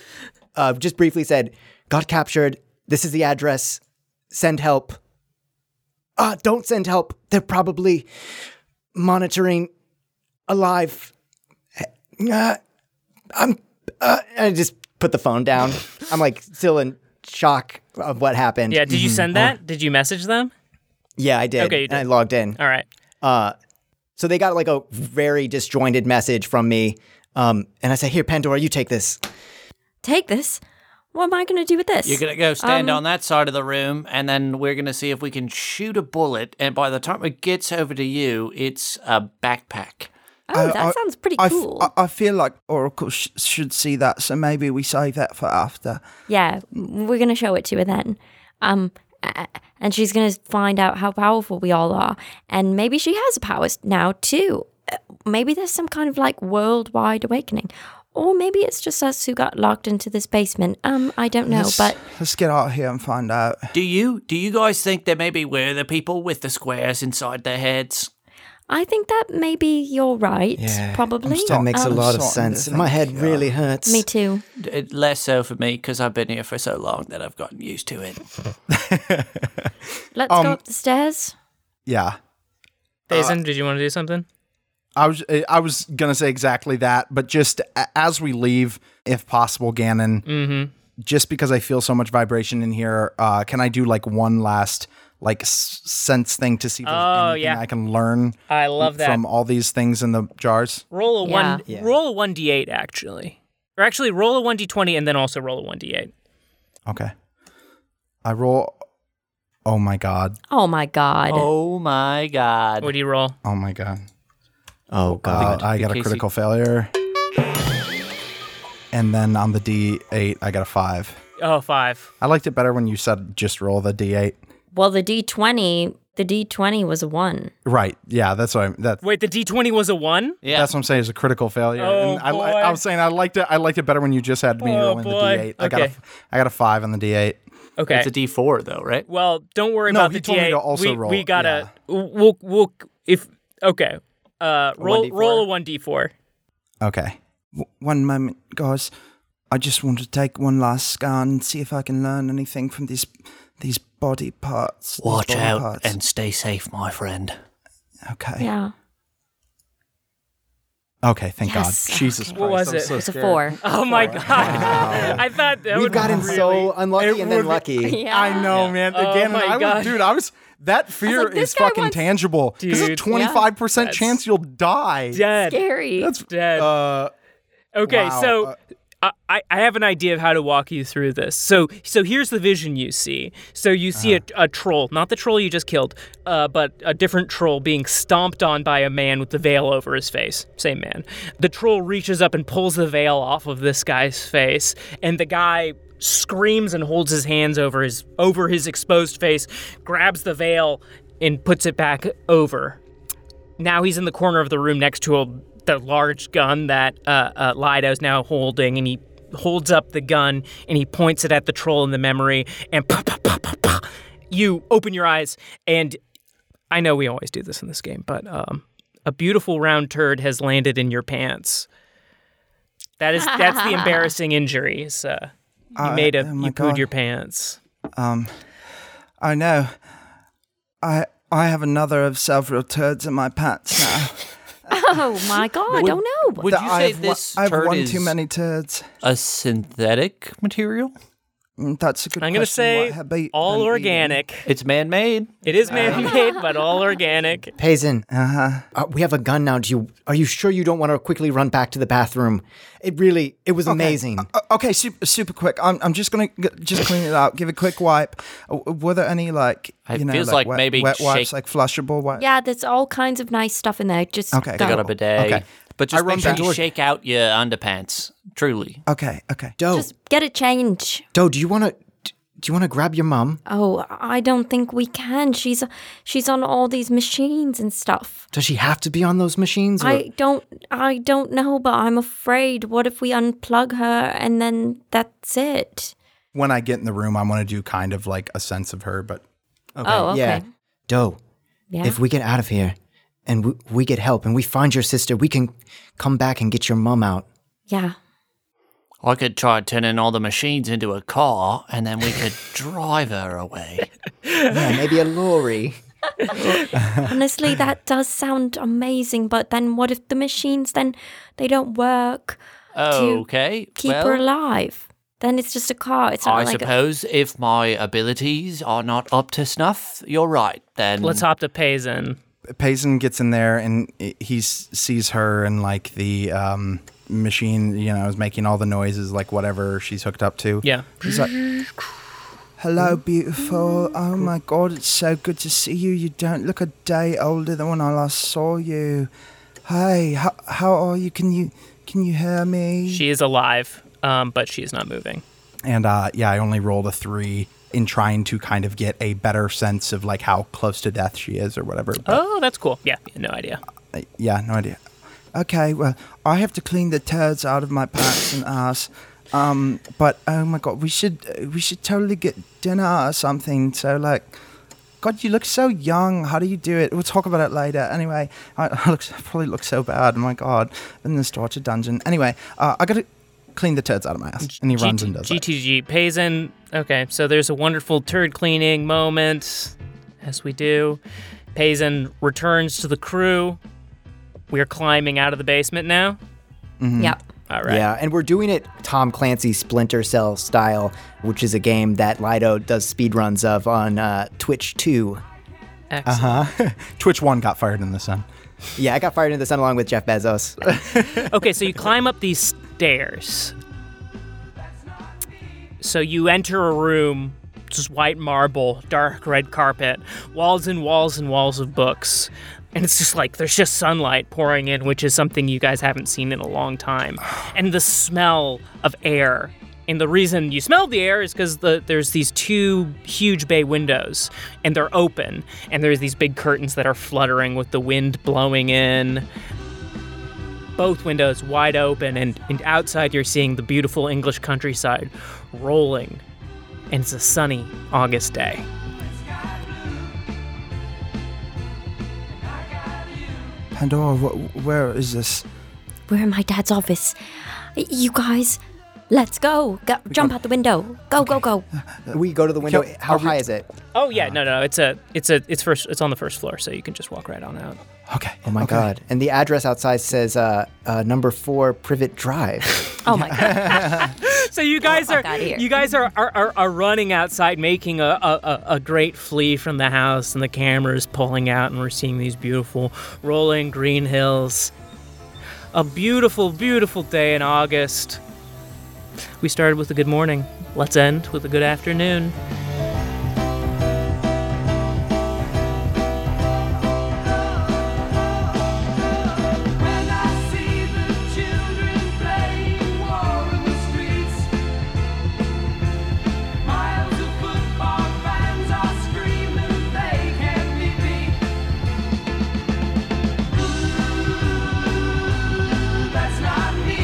S4: Uh, just briefly said, got captured. This is the address. Send help. Uh, don't send help. They're probably monitoring alive. Uh, I'm. Uh, I just put the phone down. I'm like still in shock of what happened.
S1: Yeah, did
S2: Mm-hmm.
S1: you
S2: Oh.
S1: send that? Did you message them?
S4: yeah, I did.
S1: Okay, you did.
S4: And I logged in.
S1: All right.
S4: So they got like a very disjointed message from me. Um, and I said, Here, Pandora, you take this.
S6: Take this. What am I going to do with this?
S5: You're gonna go stand on that side of the room, and then we're gonna see if we can shoot a bullet. And by the time it gets over to you, it's a backpack.
S6: oh, that
S2: I-
S6: sounds pretty
S2: I f-
S6: cool.
S2: I- I feel like Oracle sh- should see that, so maybe we save that for after.
S6: yeah, we're going to show it to her then. Um, a- and she's going to find out how powerful we all are. And maybe she has powers now, too. Uh, Maybe there's some kind of like worldwide awakening. Or maybe it's just us who got locked into this basement. Um, I don't know,
S2: Let's-
S6: but
S2: let's get out here and find out.
S5: Do you do you guys think that maybe we're the people with the squares inside their heads?
S6: I think that maybe you're right. probably.
S2: still-
S4: That makes
S6: Um,
S4: a lot of
S2: sorting
S4: sense.
S2: this
S4: My
S2: out.
S4: head really hurts.
S6: Me too.
S5: D- Less so for me because I've been here for so long that I've gotten used to it.
S6: Let's
S2: Um,
S6: go up the stairs.
S2: Yeah. Uh,
S1: Payson, did you want to do something?
S2: I was eh, I was gonna say exactly that, but just a- as we leave, if possible, Gannon,
S1: Mm-hmm.
S2: just because I feel so much vibration in here, uh, can I do like one last like s- sense thing to see if there's
S1: Oh,
S2: anything
S1: yeah.
S2: I can learn
S1: I love that.
S2: from all these things in the jars?
S1: roll a
S6: Yeah.
S1: one. Roll a one d eight actually, or actually roll a one d twenty and then also roll a one d eight.
S2: Okay, I roll. Oh my god!
S6: Oh my god.
S5: Oh my god!
S1: What do you roll?
S2: Oh my god!
S4: Oh,
S2: Uh,
S4: God.
S2: I got a
S5: Casey.
S2: critical failure, and then on the D eight, I got a five.
S1: Oh, five.
S2: I liked it better when you said just roll the D eight.
S6: Well, the D20, the D20 was a 1.
S2: Right. Yeah. That's what I'm. That,
S1: Wait, the d twenty was a one.
S5: Yeah.
S2: That's what I'm saying. Is a critical failure.
S1: Oh,
S2: and I,
S1: boy.
S2: I, I was saying I liked it. I liked it better when you just had me
S1: Oh,
S2: rolling
S1: boy.
S2: the D8. I got a,
S1: Okay.
S2: f- I got a five on the D8.
S1: Okay.
S5: It's a D four though, right?
S1: well, don't worry
S2: No,
S1: about
S2: he
S1: the
S2: told me
S1: d8.
S2: to also
S1: we,
S2: roll
S1: We
S2: it,
S1: gotta. We'll we'll if okay. Uh, roll
S4: 1d4?
S1: roll a one d four.
S2: Okay. one moment, guys. I just want to take one last scan and see if I can learn anything from these these body parts. these
S5: Watch
S2: body
S5: out
S2: parts.
S5: and stay safe, my friend.
S2: okay.
S6: Yeah.
S2: Okay. Thank
S6: Yes.
S2: God. Jesus
S1: What was
S2: Christ. I'm
S1: it?
S2: so
S6: It's a
S2: scared.
S6: 4.
S1: [LAUGHS] Oh my god! [LAUGHS] I thought that
S4: We've
S1: would
S4: gotten
S1: really...
S4: so unlucky
S2: It
S4: and then
S1: [LAUGHS]
S2: would-
S4: lucky.
S6: Yeah.
S2: I know, man.
S1: Oh
S2: Again,
S1: my
S2: I
S1: God.
S2: was, dude, I was. That fear
S6: like, this
S2: is
S6: guy
S2: fucking
S6: wants-
S2: tangible. Because
S1: Dude.
S2: a twenty five percent
S1: That's-
S2: chance you'll die.
S1: dead.
S6: Scary.
S1: Dead.
S2: Uh,
S1: Okay,
S2: Wow,
S1: so
S2: uh,
S1: I I, I have an idea of how to walk you through this. So so here's the vision you see. So you see
S2: Uh-huh.
S1: a, a troll, not the troll you just killed, uh, but a different troll being stomped on by a man with the veil over his face. Same man. The troll reaches up and pulls the veil off of this guy's face, and the guy screams and holds his hands over his over his exposed face, grabs the veil and puts it back over now he's in the corner of the room next to a, the large gun that uh, uh, Lido is now holding, and he holds up the gun and he points it at the troll in the memory, and pa pa pa pa pa. You open your eyes, and I know we always do this in this game, but um, a beautiful round turd has landed in your pants. That is that's the embarrassing injury. Is, uh, you made a
S2: oh my
S1: you pooed
S2: God.
S1: your pants.
S2: I know. I I have another of several turds in my pants now.
S6: Oh
S5: [LAUGHS]
S6: my god, I don't know.
S5: Would you say
S2: I've
S5: this
S2: I've
S5: turd
S2: won
S5: is
S2: too many turds.
S5: a synthetic material?
S2: Mm, That's a good.
S1: I'm gonna
S2: question.
S1: say
S2: What have they
S1: all
S2: been
S1: organic.
S5: It's man made.
S1: It is man-made, but all organic.
S4: Paisin, uh-huh. we have a gun now. Do you are you sure you don't want to quickly run back to the bathroom? It really it was amazing.
S2: eating? O- Uh, Okay, super, super quick. I'm, I'm just gonna g- just clean it out. Give a quick wipe. Uh, Were there any like
S5: It
S2: you know
S5: feels like
S2: wet,
S5: maybe
S2: wet wipes,
S5: shake-
S2: like flushable wipes?
S6: Yeah, there's all kinds of nice stuff in there. Just
S2: Okay,
S5: I
S6: don't.
S5: got a bidet.
S2: Okay.
S5: But
S2: I
S5: just
S2: run
S5: make sure
S2: back.
S5: you shake out your underpants. Truly.
S2: Okay, okay.
S4: Doe,
S6: Just get a change.
S4: Doe, do you want to do you want to grab your mom?
S6: Oh, I don't think we can. She's she's on all these machines and stuff.
S4: Does she have to be on those machines? Or,
S6: I don't I don't know, but I'm afraid. What if we unplug her and then that's it?
S2: When I get in the room, I want to do kind of like a sense of her, but
S6: oh, okay.
S4: yeah, Doe,
S6: Yeah.
S4: if we get out of here and we, we get help and we find your sister, we can come back and get your mom out.
S6: yeah.
S5: I could try turning all the machines into a car and then we could drive her away.
S4: Yeah, maybe
S2: [LAUGHS]
S4: a lorry.
S5: [SIGHS]
S6: Honestly, that does sound amazing, but then what if the machines then they don't work?
S5: Okay.
S6: Keep
S5: well,
S6: her alive. Then it's just a car. It's not
S5: I
S6: like a,
S5: suppose if my abilities are not up to snuff, you're right. Then
S1: Let's hop to Paisan.
S2: Payson gets in there and i- he s- sees her and like the um, machine, you know, is making all the noises, like whatever she's hooked up to.
S1: Yeah.
S2: He's like, Hello, beautiful. Oh my god, it's so good to see you. You don't look a day older than when I last saw you. Hey, how, how are you? Can you can you hear me?
S1: She is alive, um, but she is not moving.
S2: and uh, yeah, I only rolled a three in trying to kind of get a better sense of like how close to death she is or whatever. But,
S1: Oh, that's cool. Yeah, no idea.
S2: uh, yeah, no idea. Okay, well, I have to clean the turds out of my pants and ass. Um, but oh my god, we should uh, we should totally get dinner or something. So like, God, you look so young. How do you do it? We'll talk about it later. Anyway, I, [LAUGHS] I, look, I probably look so bad. My God, in this torture dungeon. Anyway, uh, I gotta clean the turds out of my ass. And he runs
S1: GT
S2: and does it.
S1: GTG Paisan. Okay, so there's a wonderful turd cleaning moment, as we do. Paisan returns to the crew. We are climbing out of the basement now.
S6: yeah.
S1: All right.
S4: Yeah, and we're doing it Tom Clancy Splinter Cell style, which is a game that Lido does speedruns of on uh, Twitch 2.
S2: uh-huh.
S1: Excellent.
S2: Twitch one got fired in the sun.
S4: Yeah, I got fired into the sun along with Jeff
S2: [LAUGHS]
S4: Bezos.
S1: Okay, so you climb up these stairs. So you enter a room, just white marble, dark red carpet, walls and walls and walls of books. And it's just like there's just sunlight pouring in, which is something you guys haven't seen in a long time. And the smell of air. And the reason you smell the air is because the, there's these two huge bay windows, and they're open, and there's these big curtains that are fluttering with the wind blowing in both windows wide open, and, and outside you're seeing the beautiful English countryside rolling. And it's a sunny August day.
S2: Pandora, wh- where is this?
S6: We're in my dad's office. You guys, let's go. go jump out the window. Go, go, go.
S4: we go to the window.
S2: Can-
S4: How high is it?
S1: Oh yeah, no, no, it's a, it's a, it's first, it's on the first floor, so you can just walk right on out.
S2: Okay.
S4: Oh my
S2: okay.
S4: God. And the address outside says uh, uh, number four
S2: [LAUGHS]
S4: Privet Drive.
S6: Oh my
S4: [LAUGHS]
S6: god.
S1: So you guys are,
S6: fuck outta here.
S1: you guys are, are, are, are running outside, making a, a, a- a great flee from the house, and the camera is pulling out, and we're seeing these beautiful rolling green hills. A beautiful, beautiful day in August. We started with a good morning. Let's end with a good afternoon.
S7: When I see the children playing war in the streets, miles of football fans are screaming they can't be beat. That's not me.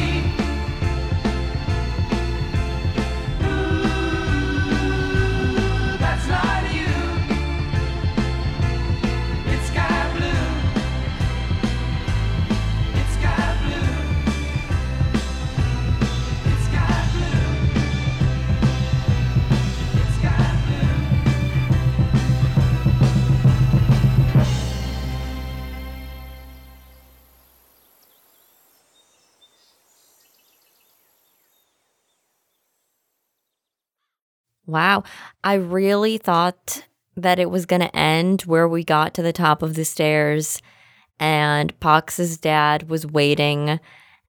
S6: Wow. I really thought that it was going to end where we got to the top of the stairs and Pox's dad was waiting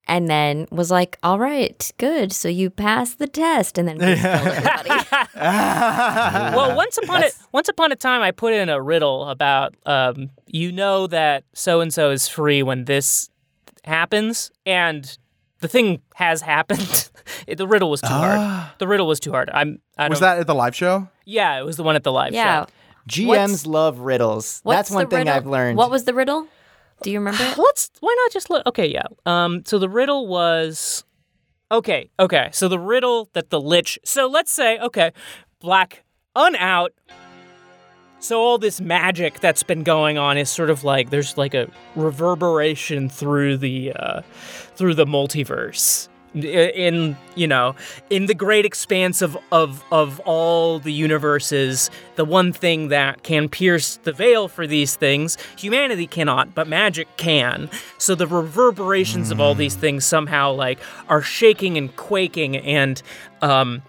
S6: and then was like, "All right, good. So you passed the test."
S4: [LAUGHS]
S6: And then we killed everybody.
S2: [LAUGHS]
S1: well, once upon a once upon a time, I put in a riddle about um, you know that so and so is free when this happens, and the thing has happened. [LAUGHS] It- the riddle was too hard. The riddle was too hard. I'm. I
S2: Ah. Was
S1: don't-
S2: that at the live show?
S1: Yeah, it was the one at the live
S6: yeah.
S1: show.
S4: GMs
S6: What's-
S4: love riddles.
S6: What's
S4: That's one
S6: the
S4: thing
S6: riddle-
S4: I've learned.
S6: What was the riddle? Do you remember?
S4: [GASPS]
S6: it?
S1: Let's. Why not just look? Okay, yeah. Um. So the riddle was. Okay. Okay. So the riddle that the lich. So let's say okay, black unout. So all this magic that's been going on is sort of like there's like a reverberation through the uh, through the multiverse in- in you know in the great expanse of of of all the universes the one thing that can pierce the veil for these things humanity cannot but magic can so the reverberations of all these things somehow like are shaking and quaking and um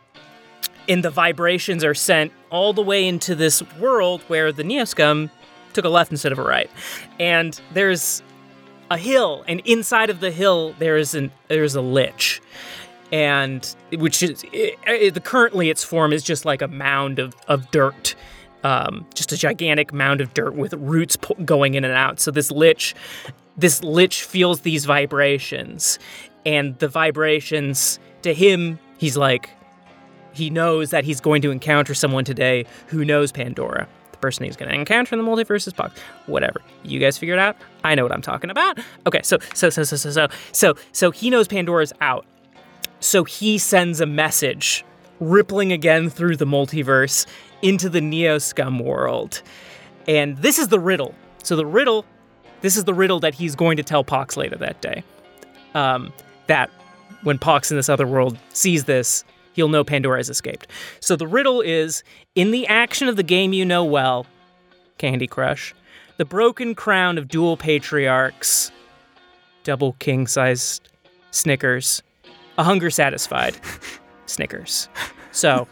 S1: and the vibrations are sent all the way into this world where the neoscum took a left instead of a right and there's a hill and inside of the hill there is an there's a lich and which is i i the currently its form is just like a mound of, of dirt um, just a gigantic mound of dirt with roots po- going in and out so this lich this lich feels these vibrations and the vibrations to him he's like he knows that he's going to encounter someone today who knows Pandora. The person he's going to encounter in the multiverse is Puck. Whatever. You guys figure it out. I know what I'm talking about. Okay, so so so so so so so so he knows Pandora's out. So he sends a message, rippling again through the multiverse into the Neo Scum world, and this is the riddle. So the riddle, this is the riddle that he's going to tell Pox later that day. Um, that when Pox in this other world sees this, he'll know Pandora has escaped. So the riddle is in the action of the game you know well, Candy Crush, the broken crown of dual patriarchs, double king sized Snickers, a hunger satisfied Snickers. So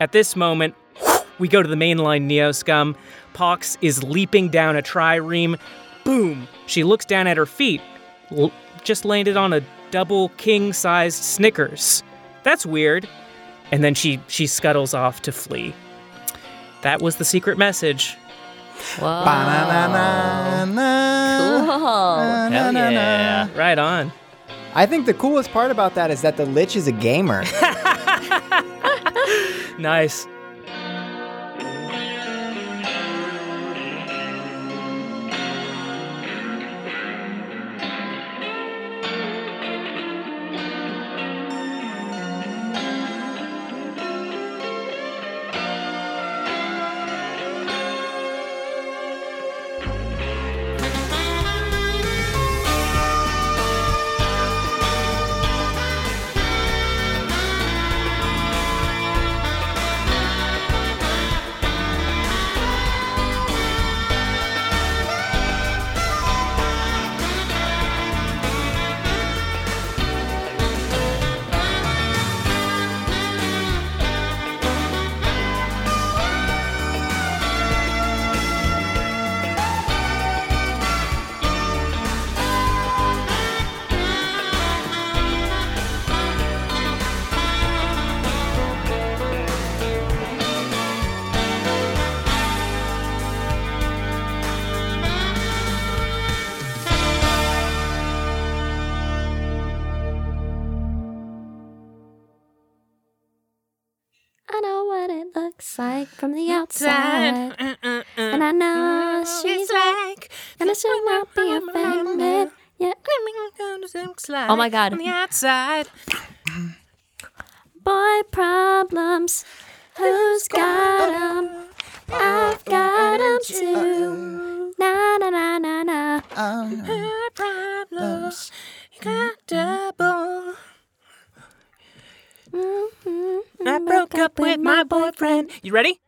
S1: at this moment, we go to the mainline Neo Scum. Pox is leaping down a trireme. Boom! She looks down at her feet. L- just landed on a double king-sized Snickers. That's weird. And then she she scuttles off to flee. That was the secret message.
S6: Whoa.
S2: Ba-na-na-na-na.
S6: Cool.
S5: Hell yeah.
S1: Right on.
S4: I think the coolest part about that is that the Lich is
S6: [LAUGHS]
S4: a gamer.
S1: Nice.
S6: I know what it looks like from the outside. And I know she's right. And I should not be offended. Yeah. Oh my god. Boy problems. Who's got 'em? I've got 'em too. Na na na na na.
S1: Mm-hmm. I broke up with my boyfriend. You ready?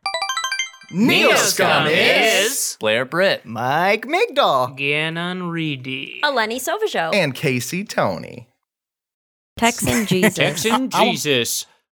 S5: Neoscum is Blair Britt.
S4: Mike Migdal.
S1: Ganon Reedy.
S6: A Lenny Silva show.
S2: And Casey Tony.
S6: Texan Jesus.
S5: Texan Jesus.